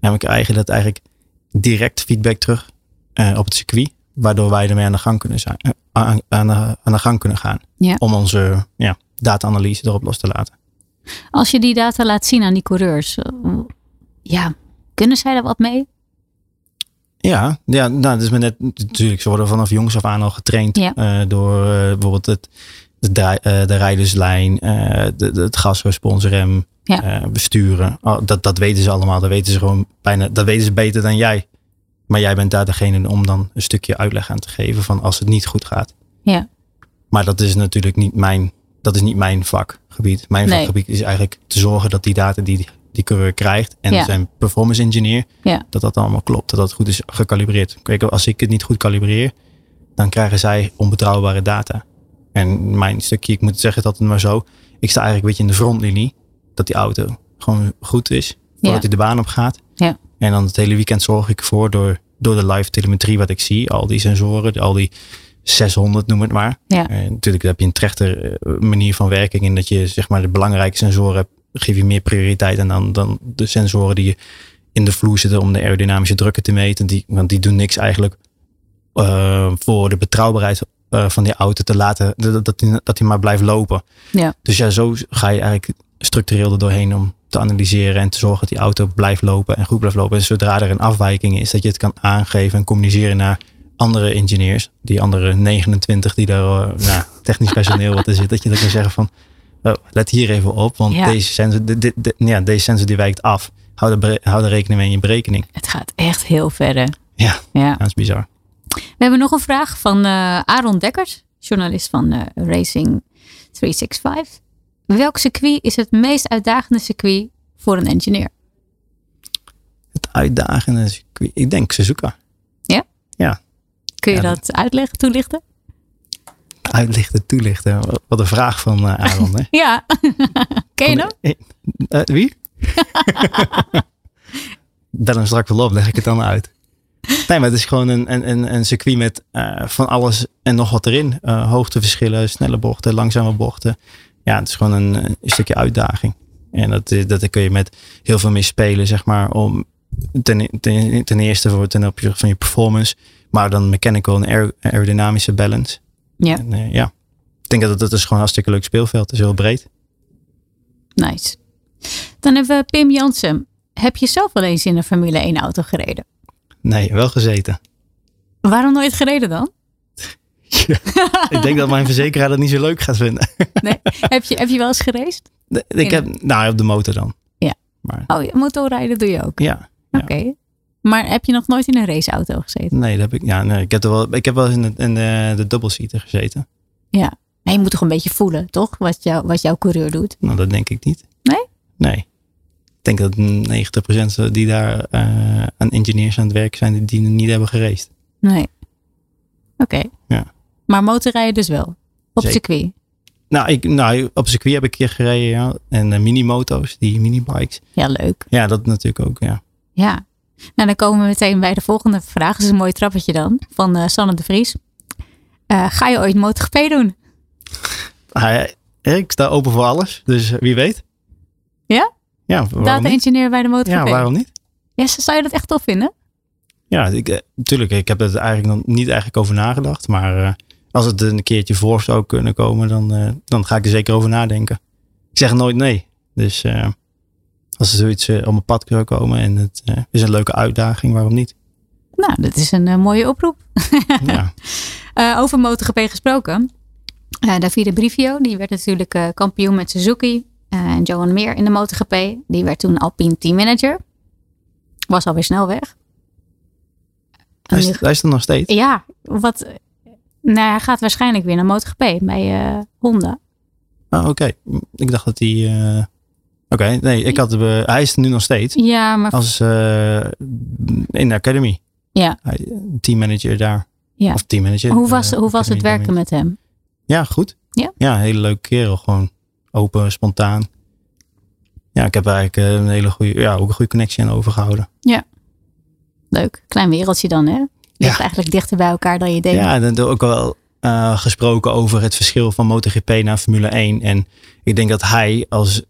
D: En we krijgen dat eigenlijk direct feedback terug eh, op het circuit. Waardoor wij ermee aan de gang kunnen, zijn, eh, aan, aan, de, aan de gang kunnen gaan.
C: Ja.
D: Om onze ja, data-analyse erop los te laten.
C: Als je die data laat zien aan die coureurs, eh, ja, kunnen zij daar wat mee?
D: Ja, ja nou, dat is maar net. Natuurlijk, ze worden vanaf jongs af aan al getraind.
C: Ja.
D: eh, door eh, bijvoorbeeld het, de, draai- eh, de rijderslijn, eh, de, de- het gasresponsrem,
C: Ja.
D: eh, besturen. Oh, dat, dat weten ze allemaal. Dat weten ze gewoon bijna. Dat weten ze beter dan jij. Maar jij bent daar degene om dan een stukje uitleg aan te geven van als het niet goed gaat.
C: Ja,
D: Maar dat is natuurlijk niet mijn, dat is niet mijn vakgebied. Mijn
C: Nee.
D: vakgebied is eigenlijk te zorgen dat die data die die coureur krijgt en
C: Ja.
D: zijn performance engineer,
C: ja,
D: dat dat allemaal klopt. Dat dat goed is gecalibreerd. Kijk, als ik het niet goed kalibreer, dan krijgen zij onbetrouwbare data. En mijn stukje, ik moet zeggen dat het maar zo. Ik sta eigenlijk een beetje in de frontlinie dat die auto gewoon goed is. Voordat
C: Ja.
D: hij de baan op gaat.
C: ja,
D: En dan het hele weekend zorg ik ervoor door, door de live telemetrie wat ik zie. Al die sensoren, al die 600 noem het maar.
C: Ja.
D: Eh, natuurlijk heb je een trechter eh, manier van werking. In dat je zeg maar de belangrijke sensoren hebt, geef je meer prioriteit. En dan, dan de sensoren die in de vloer zitten om de aerodynamische drukken te meten. Die, want die doen niks eigenlijk eh, voor de betrouwbaarheid eh, van die auto te laten. Dat, dat, die, dat die maar blijft lopen.
C: ja.
D: Dus ja, zo ga je eigenlijk structureel er doorheen om te analyseren en te zorgen dat die auto blijft lopen en goed blijft lopen. En zodra er een afwijking is, dat je het kan aangeven en communiceren naar andere ingenieurs, die andere 29 die daar eh, nou, technisch personeel wat er zit, dat je dan kan zeggen van oh, let hier even op, want
C: Ja.
D: deze, sensor, dit, dit- dit- ja, deze sensor die wijkt af. Hou er, bre- hou er rekening mee in je berekening.
C: Het gaat echt heel ver. hè.
D: Ja,
C: Ja.
D: dat is bizar.
C: We hebben nog een vraag van eh, Aaron Dekkers, journalist van eh, Racing 365. Welk circuit is het meest uitdagende circuit voor een engineer?
D: Het uitdagende is, ik denk Suzuka.
C: Ja?
D: Ja,
C: Kun je
D: Ja,
C: dat uitleggen, toelichten?
D: Uitlichten, toelichten. Wat een vraag van eh, Aaron. Hè?
C: Ja. Ken je hem?
D: Eh, eh, wie? Bel hem straks wel op, leg ik het dan uit. Nee, maar het is gewoon een, een, een, een circuit met eh, van alles en nog wat erin. Eh, hoogteverschillen, snelle bochten, langzame bochten. Ja, het is gewoon een, eh, stukje uitdaging. En dat, is- dat kun je met heel veel mee spelen, zeg maar. Om, ten, ten, ten eerste voor ten opzichte van je performance. Maar dan mechanical en aer- aerodynamische balance.
C: Ja.
D: En, eh, ja. Ik denk dat het, dat is gewoon een hartstikke leuk speelveld. Het is heel breed.
C: Nice. Dan hebben we Pim Jansen. Heb je zelf wel eens in een Formule 1 auto gereden?
D: Nee, wel gezeten.
C: Waarom nooit gereden dan?
D: Ik denk dat mijn verzekeraar dat niet zo leuk gaat vinden.
C: Nee. heb, je, heb je wel eens gereisd?
D: De- Ik heb, nou, op de motor dan.
C: Ja.
D: Maar
C: Oh, je- motorrijden doe je ook.
D: ja, Ja.
C: Oké. Maar heb je nog nooit in een raceauto gezeten?
D: nee, dat heb ik, ja, nee, ik heb er wel, ik heb wel eens in de, in de, de dubbelseater gezeten.
C: Ja. Maar je moet toch een beetje voelen, toch? Wat, jou, wat jouw coureur doet.
D: Nou, dat denk ik niet.
C: Nee?
D: Nee. Ik denk dat 90% die daar eh, aan engineers aan het werk zijn, die, die niet hebben gereisd.
C: Nee. Oké.
D: Ja.
C: Maar motorrijden dus wel? Op
D: Zeker.
C: circuit?
D: Nou, ik, nou, op circuit heb ik een keer gereden, ja. En eh, minimoto's, die minibikes.
C: Ja, leuk.
D: Ja, dat natuurlijk ook, ja.
C: Ja. Nou, dan komen we meteen bij de volgende vraag. Dat is een mooi trappetje dan. Van eh, Sanne de Vries. Eh, ga je ooit MotoGP doen?
D: Ah, ja, ik sta open voor alles, dus wie weet.
C: Ja?
D: Ja, waarom niet?
C: Data-engineer bij de MotoGP?
D: Ja, waarom niet?
C: Ja, zou je dat echt tof vinden?
D: Ja, ik, eh, tuurlijk. Ik heb er eigenlijk nog niet eigenlijk over nagedacht. Maar eh, als het een keertje voor zou kunnen komen, dan, eh, dan ga ik er zeker over nadenken. Ik zeg nooit nee. Dus eh, als er zoiets eh, op mijn pad zou komen en het eh, is een leuke uitdaging, waarom niet?
C: Nou, dat is een eh, mooie oproep.
D: Ja,
C: Eh, over MotoGP gesproken. Eh Davide Brivio, die werd natuurlijk eh, kampioen met Suzuki. Eh, en Johan Meer in de MotoGP. Die werd toen Alpine teammanager. Was alweer snel weg.
D: hij,
C: En nu-
D: is, hij is er nog steeds.
C: ja, wat... Nou, hij gaat waarschijnlijk weer naar MotoGP bij eh, Honda.
D: Oh, oké. Ik dacht dat hij... eh, oké, nee, ik had, eh, hij is er nu nog steeds.
C: Ja, maar
D: Als eh, in de academy.
C: Ja.
D: Hij- Teammanager daar.
C: Ja.
D: Of teammanager.
C: hoe was,
D: eh,
C: hoe was het
D: academy
C: werken met hem?
D: Ja, goed.
C: Ja?
D: Ja, een hele leuke kerel. Gewoon open, spontaan. Ja, ik heb eigenlijk eh, een hele goede, ja, ook een goede connectie aan overgehouden.
C: Leuk. Klein wereldje dan, hè? Ligt
D: Ja.
C: eigenlijk dichter bij elkaar dan je denkt.
D: Ja, en dan ook wel eh, gesproken over het verschil van MotoGP naar Formule 1. En ik denk dat hij als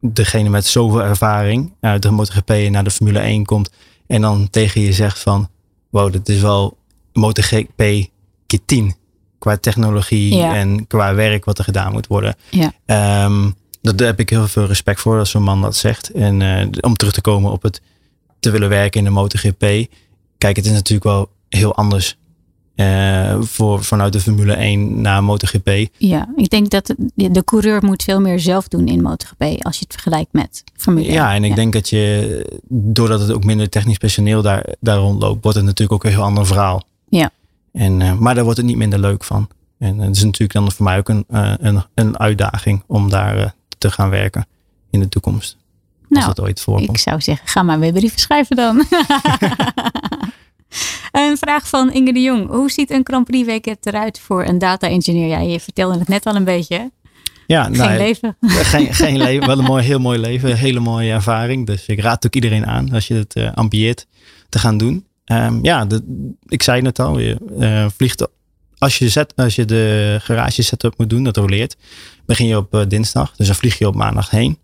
D: degene met zoveel ervaring uit de MotoGP naar de Formule 1 komt. En dan tegen je zegt van, wow, dit is wel MotoGP keer 10. Qua technologie
C: Ja.
D: en qua werk wat er gedaan moet worden.
C: Ja.
D: Ehm, dat, daar heb ik heel veel respect voor als zo'n man dat zegt. En eh, om terug te komen op het te willen werken in de MotoGP. Kijk, het is natuurlijk wel heel anders eh, voor, vanuit de Formule 1 naar MotoGP.
C: Ja, ik denk dat de, de coureur moet veel meer zelf doen in MotoGP als je het vergelijkt met Formule 1.
D: Ja, en ik denk dat je, doordat het ook minder technisch personeel daar, daar rondloopt, wordt het natuurlijk ook een heel ander verhaal.
C: Ja.
D: En, eh, maar daar wordt het niet minder leuk van. En eh, het is natuurlijk dan voor mij ook een, eh, een, een uitdaging om daar eh, te gaan werken in de toekomst.
C: nou,
D: als dat ooit voorkomt.
C: ik zou zeggen, ga maar weer brieven schrijven dan. een vraag van Inge de Jong. Hoe ziet een Grand Prix weekend eruit voor een data-engineer? Ja, je vertelde het net al een beetje. hè?
D: ja,
C: Geen
D: nou,
C: leven.
D: geen, geen leven. Wel een mooi, heel mooi leven. Een hele mooie ervaring. Dus ik raad het ook iedereen aan als je het eh, ambieert te gaan doen. Ehm, ja, de- ik zei het al. Je eh, vliegt op- als je, zet, als je de garage setup moet doen, dat roleert. Begin je op eh, dinsdag. Dus dan vlieg je op maandag heen.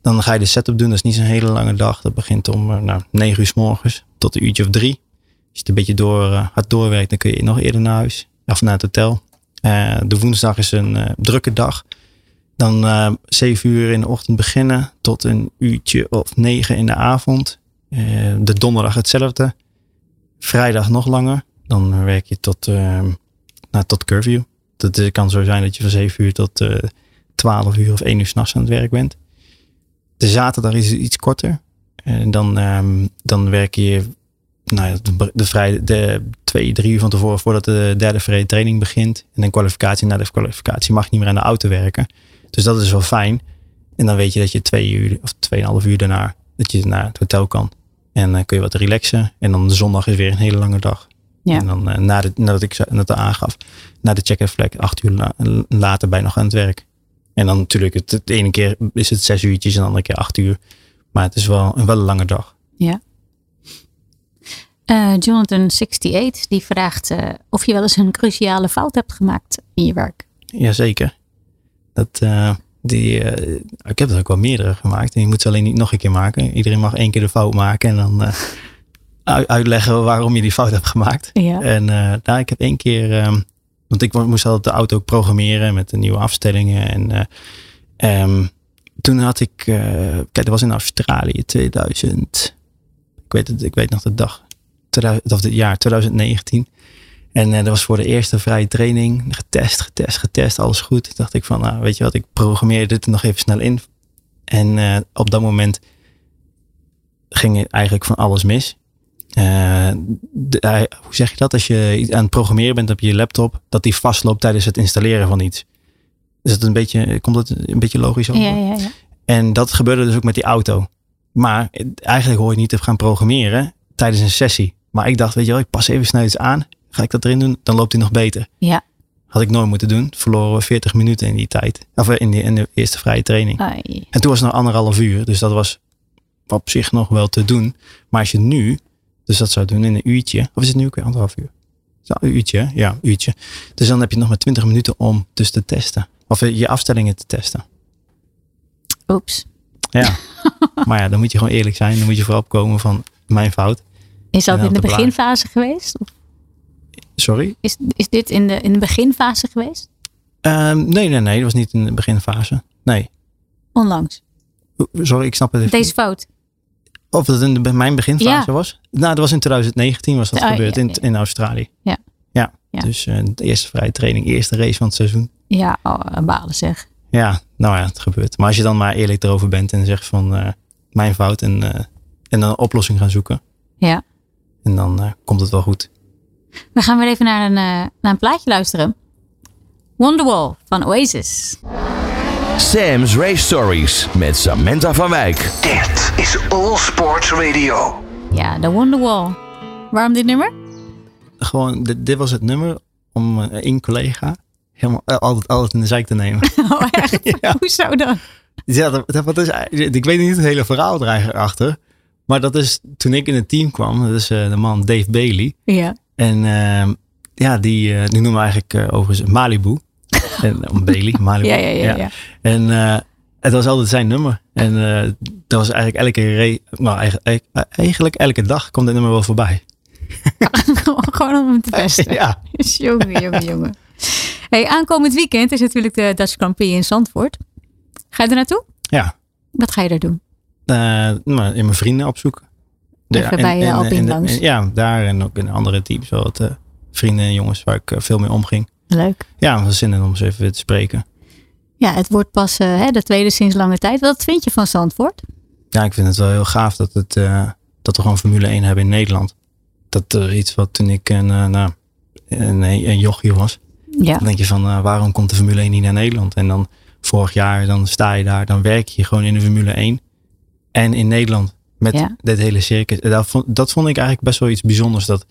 D: Dan ga je de setup doen. Dat is niet zo'n hele lange dag. Dat begint om eh, nou, 9 uur s morgens tot een uurtje of drie. Als je het een beetje door, eh, hard doorwerkt, dan kun je nog eerder naar huis. Of naar het hotel. Eh, de woensdag is een eh, drukke dag. Dan eh zeven uur in de ochtend beginnen tot een uurtje of negen in de avond. Eh, de donderdag hetzelfde. Vrijdag nog langer. Dan werk je tot, ehm nou, tot curfew. Dat eh, kan zo zijn dat je van zeven uur tot eh twaalf uur of één uur s'nachts aan het werk bent. De zaterdag is iets korter. En dan, ehm, dan werk je nou, ja, de, de, vrij, de twee, drie uur van tevoren voordat de derde vrije training begint. En dan kwalificatie. Na de kwalificatie mag je niet meer aan de auto werken. Dus dat is wel fijn. En dan weet je dat je twee uur of tweeënhalf uur eh, daarna dat je naar het hotel kan. En dan kun je wat relaxen. En dan de zondag is weer een hele lange dag.
C: Ja.
D: En dan eh, nadat, nadat ik ze- dat aangaf, na de check-in vlek, acht uur la- later ben je nog aan het werk. En dan natuurlijk, het, het ene keer is het zes uurtjes en de andere keer acht uur. Maar het is wel, een- wel een lange dag.
C: Ja. Eh, Jonathan68 die vraagt eh, of je wel eens een cruciale fout hebt gemaakt in je werk.
D: Jazeker. Dat, eh, die, eh, ik heb er ook wel meerdere gemaakt. En je moet ze alleen niet nog een keer maken. Iedereen mag één keer de fout maken en dan eh, u- uitleggen waarom je die fout hebt gemaakt.
C: Ja.
D: En eh nou, ik heb één keer, ehm, want ik wo- moest altijd de auto ook programmeren met de nieuwe afstellingen. En eh, ehm, toen had ik, eh, kijk, dat was in Australië 2000. Ik weet, het, ik weet nog de dag, 2000, of het jaar 2019. En eh, dat was voor de eerste vrije training. Getest, getest, getest, alles goed. Toen dacht ik van, nou, weet je wat, ik programmeer dit er nog even snel in. En eh, op dat moment ging er eigenlijk van alles mis. Eh, de- hij- hoe zeg je dat? Als je iets aan het programmeren bent op je laptop, dat die vastloopt tijdens het installeren van iets. Is dat een beetje, komt dat een beetje logisch over?
C: Ja, ja, ja.
D: En dat gebeurde dus ook met die auto. Maar eh, eigenlijk hoor je niet te gaan programmeren tijdens een sessie. Maar ik dacht, weet je wel, ik pas even snel iets aan. Ga ik dat erin doen, dan loopt hij nog beter.
C: Ja.
D: Had ik nooit moeten doen. Verloren we 40 minuten in die tijd. Of eh, in, die, in de eerste vrije training.
C: Ai.
D: En toen was het nog anderhalf uur. Dus dat was op zich nog wel te doen. Maar als je nu, dus dat zou doen in een uurtje. Of is het nu ook weer anderhalf uur? Zo, Een uurtje, hè? ja, een uurtje. Dus dan heb je nog maar 20 minuten om dus te testen. Of eh, je afstellingen te testen.
C: Oeps.
D: Ja. maar ja, dan moet je gewoon eerlijk zijn. Dan moet je vooral opkomen van mijn fout.
C: Is dat
D: En dan
C: in de
D: te blaren.
C: beginfase geweest? Of
D: Sorry.
C: is, is dit in de, in de beginfase geweest?
D: Ehm, nee, nee, nee. Dat was niet in de beginfase. Nee.
C: Onlangs.
D: O, Sorry, ik snap het even.
C: Deze fout.
D: Of dat in de, bij mijn beginfase
C: Ja.
D: was? Nou, dat was in 2019 was dat
C: Ah,
D: gebeurd
C: ja,
D: in,
C: ja.
D: in Australië.
C: Ja.
D: Ja.
C: Ja.
D: Dus eh, de eerste vrije training, eerste race van het seizoen.
C: Ja, oh, balen zeg.
D: Ja, nou ja, het gebeurt. Maar als je dan maar eerlijk erover bent en zegt van eh, mijn fout en, eh, en dan een oplossing gaan zoeken.
C: Ja.
D: En dan eh, komt het wel goed.
C: We gaan weer even naar een, eh, naar een plaatje luisteren. Wonderwall van Oasis.
B: Sam's Race Stories met Samantha van Wijk.
A: Dit is All Sports Radio.
C: Ja, de Wonderwall. Waarom dit nummer?
D: gewoon, dit, dit was het nummer om eh, één collega helemaal eh, altijd, altijd in de zeik te nemen.
C: Oh, echt?
D: Ja.
C: Hoezo dan?
D: ja, dat, dat- wat is, eigenlijk- ik weet niet het hele verhaal er eigenlijk achter. Maar dat is toen ik in het team kwam, dat is eh, de man Dave Bailey.
C: Ja.
D: En ehm, ja, die, eh, die noemen we eigenlijk eh, overigens Malibu. en, om Bailey, Malibu.
C: Ja, ja, ja, ja.
D: En eh, het was altijd zijn nummer. En eh, dat was eigenlijk elke, re- nou, eigenlijk, eigenlijk elke dag komt dit nummer wel voorbij.
C: Gewoon om hem te testen.
D: Ja.
C: jongen, jongen, jongen. Hey, aankomend weekend is natuurlijk de Dutch Grand Prix in Zandvoort. Ga je er naartoe?
D: Ja.
C: Wat ga je daar doen?
D: eh, nou, in mijn vrienden opzoeken.
C: Even bij, eh, Alpine
D: en de-
C: langs.
D: en- ja, daar en ook in andere teams. Wel wat eh, vrienden en jongens waar ik eh, veel mee omging.
C: Leuk.
D: Ja, het was zin in om ze even weer te spreken.
C: Ja, het wordt pas eh, hè, de tweede sinds lange tijd. Wat vind je van Zandvoort?
D: Ja, ik vind het wel heel gaaf dat, het, eh, dat we gewoon Formule 1 hebben in Nederland. Dat er iets wat toen ik een, eh, nou, een, een jochie was.
C: Ja.
D: Dan denk je van, eh, waarom komt de Formule 1 niet naar Nederland? En dan vorig jaar, dan sta je daar, dan werk je gewoon in de Formule 1. En in Nederland, met
C: Ja.
D: dit hele circus. En Dat vond, dat vond ik eigenlijk best wel iets bijzonders. Dat,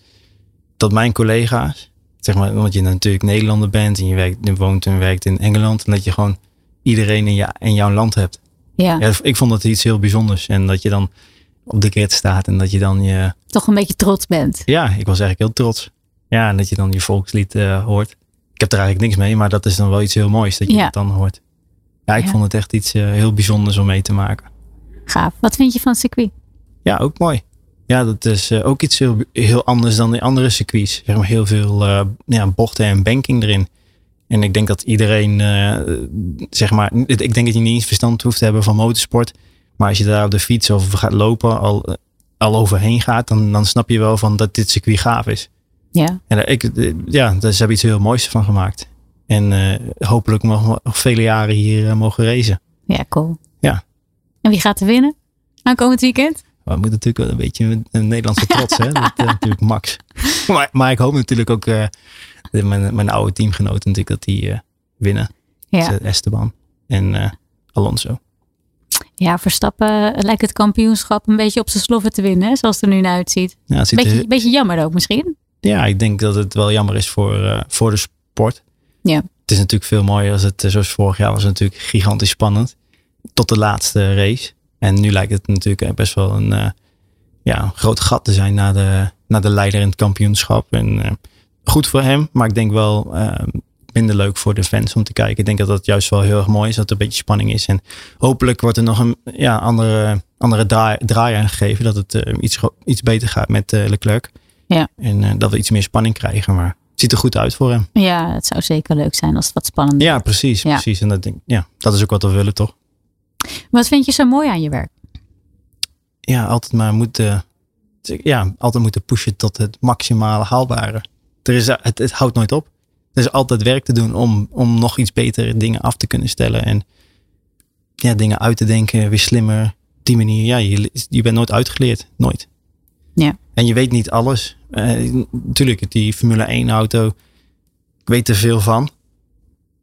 D: dat mijn collega's, zeg maar, want je natuurlijk Nederlander bent. En je, werkt, je woont en werkt in Engeland. En dat je gewoon iedereen in, je, in jouw land hebt.
C: Ja,
D: Ja, ik vond dat iets heel bijzonders. En dat je dan op de grid staat. En dat je dan je,
C: toch een beetje trots bent.
D: ja, ik was eigenlijk heel trots. Ja, en dat je dan je volkslied eh, hoort. Ik heb er eigenlijk niks mee, maar dat is dan wel iets heel moois dat je
C: Ja.
D: dat dan hoort. Ja, ik
C: Ja.
D: vond het echt iets eh, heel bijzonders om mee te maken.
C: Gaaf. Wat vind je van het circuit?
D: Ja, ook mooi. Ja, dat is eh, ook iets heel, heel anders dan de andere circuits. Zeg maar heel veel eh, ja, bochten en banking erin. En ik denk dat iedereen, eh, zeg maar, ik ik denk dat je niet eens verstand hoeft te hebben van motorsport. Maar als je daar op de fiets of gaat lopen al, eh, al overheen gaat, dan, dan snap je wel van dat dit circuit gaaf is.
C: Ja.
D: En daar- ik, eh, ja, daar ze hebben iets heel moois van gemaakt. En eh, hopelijk mogen we nog vele jaren hier eh, mogen racen.
C: Ja, cool.
D: Ja.
C: En wie gaat er winnen? Aankomend weekend?
D: Maar we moeten natuurlijk wel een beetje een- een Nederlandse trots, hè? Dat, eh, natuurlijk Max. Maar, maar ik hoop natuurlijk ook eh, de- mijn, mijn oude teamgenoten natuurlijk dat die eh, winnen.
C: Ja.
D: Dus, eh, Esteban en eh, Alonso.
C: Ja, Verstappen eh, lijkt het kampioenschap een beetje op zijn sloffen te winnen, hè, zoals het er nu naar uitziet.
D: Ja, het ziet
C: Beetje,
D: er,
C: beetje jammer ook misschien.
D: ja, ik denk dat het wel jammer is voor, eh, voor de sport.
C: Ja.
D: Het is natuurlijk veel mooier als het, eh, zoals vorig jaar was het natuurlijk gigantisch spannend. Tot de laatste race. En nu lijkt het natuurlijk eh, best wel een, eh, ja, een groot gat te zijn naar de, naar de leider in het kampioenschap. En eh, goed voor hem, maar ik denk wel eh, minder leuk voor de fans om te kijken. Ik denk dat dat juist wel heel erg mooi is, dat er een beetje spanning is. En hopelijk wordt er nog een ja, andere, andere draai, draai aan gegeven. Dat het eh, iets, gro- iets beter gaat met eh, Leclerc.
C: Ja.
D: En eh, dat we iets meer spanning krijgen. Maar het ziet er goed uit voor hem.
C: Ja, het zou zeker leuk zijn als het wat spannender
D: Ja, precies.
C: Ja.
D: precies. En dat, denk, ja, dat is ook wat we willen, toch?
C: Wat vind je zo mooi aan je werk?
D: Ja, altijd maar moeten, ja, altijd moeten pushen tot het maximale haalbare. Er is, het, het houdt nooit op. Er is altijd werk te doen om, om nog iets betere dingen af te kunnen stellen. En ja, dingen uit te denken, weer slimmer. Op die manier, ja, je, je bent nooit uitgeleerd. Nooit.
C: Ja.
D: En je weet niet alles. Eh, natuurlijk, die Formule 1 auto, ik weet er veel van.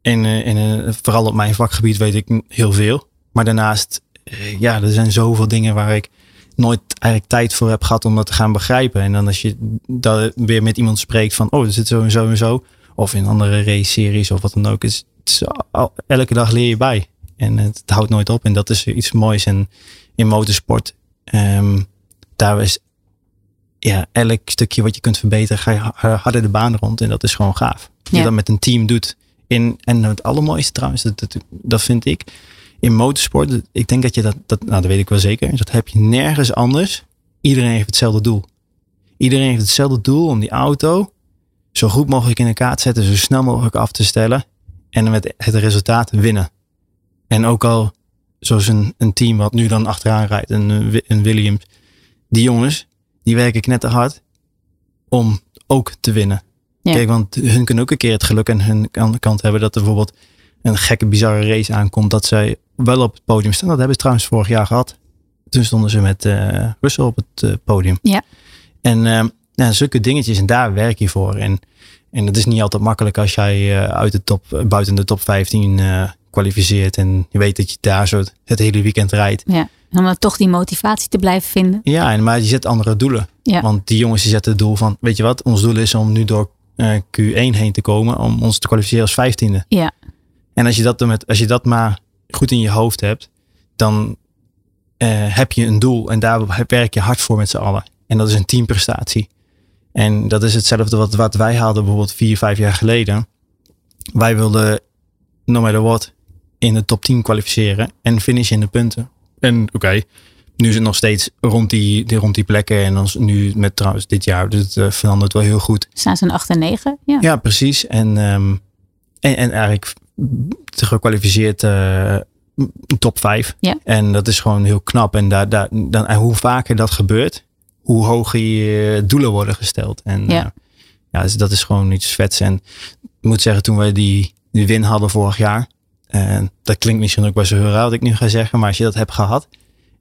D: En, eh, en eh, vooral op mijn vakgebied weet ik n- heel veel. Maar daarnaast, eh, ja, er zijn zoveel dingen waar ik nooit eigenlijk tijd voor heb gehad om dat te gaan begrijpen. En dan als je daar weer met iemand spreekt van, oh, er zit zo en zo en zo. Of in andere race-series of wat dan ook. Het is- het is al- elke dag leer je bij. En het, het houdt nooit op. En dat is iets moois. En in motorsport, ehm, daar is ja, elk stukje wat je kunt verbeteren, ga je ha- harder de baan rond. En dat is gewoon gaaf. Dat
C: Ja.
D: je dat met een team doet. In, en het allermooiste trouwens, dat, dat, dat vind ik, in motorsport, ik denk dat je dat, dat, nou dat weet ik wel zeker, dat heb je nergens anders. Iedereen heeft hetzelfde doel. Iedereen heeft hetzelfde doel om die auto zo goed mogelijk in elkaar te zetten, zo snel mogelijk af te stellen en met het resultaat winnen. En ook al, zoals een, een team wat nu dan achteraan rijdt, een, eh, Wi- een Williams, die jongens, die werken knetterhard om ook te winnen.
C: Ja.
D: Kijk, want hun kunnen ook een keer het geluk aan hun kan- kant hebben dat er bijvoorbeeld een gekke, bizarre race aankomt, dat zij wel op het podium staan. Dat hebben ze trouwens vorig jaar gehad. Toen stonden ze met eh Russell op het eh, podium.
C: Ja.
D: En ehm, ja, zulke dingetjes, en daar werk je voor. En, en dat is niet altijd makkelijk als jij eh, uit de top, eh, buiten de top 15 eh, kwalificeert. En je weet dat je daar zo het- het hele weekend rijdt.
C: Ja. En Om dan toch die motivatie te blijven vinden.
D: Ja, en, maar je zet andere doelen.
C: Ja.
D: Want die jongens die zetten het doel van, weet je wat, ons doel is om nu door eh, Q1 heen te komen. Om ons te kwalificeren als 15e.
C: Ja.
D: En als je dat, dan met, als je dat maar goed in je hoofd hebt, dan eh, heb je een doel en daar werk je hard voor met z'n allen. En dat is een teamprestatie. En dat is hetzelfde wat, wat wij hadden bijvoorbeeld vier, vijf jaar geleden. Wij wilden, no matter what, in de top 10 kwalificeren en finishen in de punten. En oké, nu is het nog steeds rond die, die- rond die plekken. En dan is nu met trouwens dit jaar, dus het eh, verandert wel heel goed.
C: Staan ze een 8 en 9? Ja.
D: Ja, precies. En, ehm, en, en eigenlijk te gekwalificeerd eh, top 5.
C: Ja.
D: En dat is gewoon heel knap. En, daar, daar, dan, en hoe vaker dat gebeurt, hoe hoger je doelen worden gesteld. En
C: Ja.
D: eh, ja, dus dat is gewoon iets vets. En ik moet zeggen, toen we die, die win hadden vorig jaar. En dat klinkt misschien ook best wel heel raar wat ik nu ga zeggen. Maar als je dat hebt gehad.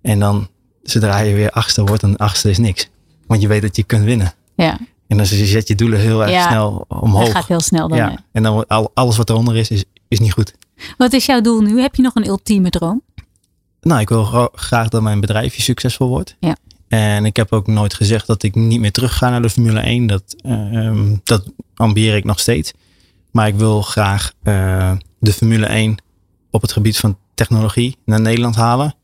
D: En dan zodra je weer achtste wordt, dan achtste is niks. Want je weet dat je kunt winnen.
C: Ja.
D: En dan je zet je doelen heel erg
C: Ja.
D: snel
C: Dat
D: omhoog.
C: gaat heel snel dan. eh,
D: Ja,
C: hè.
D: en dan wordt al, alles wat eronder is, is, is niet goed.
C: Wat is jouw doel nu? Heb je nog een ultieme droom?
D: Nou, ik wil gro- graag dat mijn bedrijfje succesvol wordt.
C: Ja.
D: En ik heb ook nooit gezegd dat ik niet meer terug ga naar de Formule 1. Dat, eh, ehm, dat ambieer ik nog steeds. Maar ik wil graag eh, de Formule 1 op het gebied van technologie naar Nederland halen.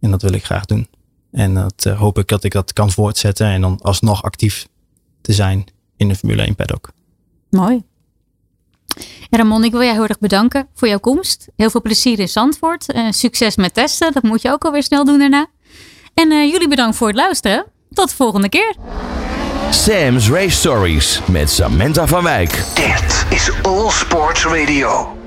D: En dat wil ik graag doen. En dat eh, hoop ik dat ik dat kan voortzetten. En dan alsnog actief te zijn in de Formule 1 paddock.
C: Mooi. Ja, Ramon, ik wil jou heel erg bedanken voor jouw komst. Heel veel plezier in Zandvoort. Eh, succes met testen. Dat moet je ook alweer snel doen daarna. En eh, jullie bedankt voor het luisteren. Tot de volgende keer.
B: Sam's Race Stories met Samantha van Wijk.
A: Dit is All Sports Radio.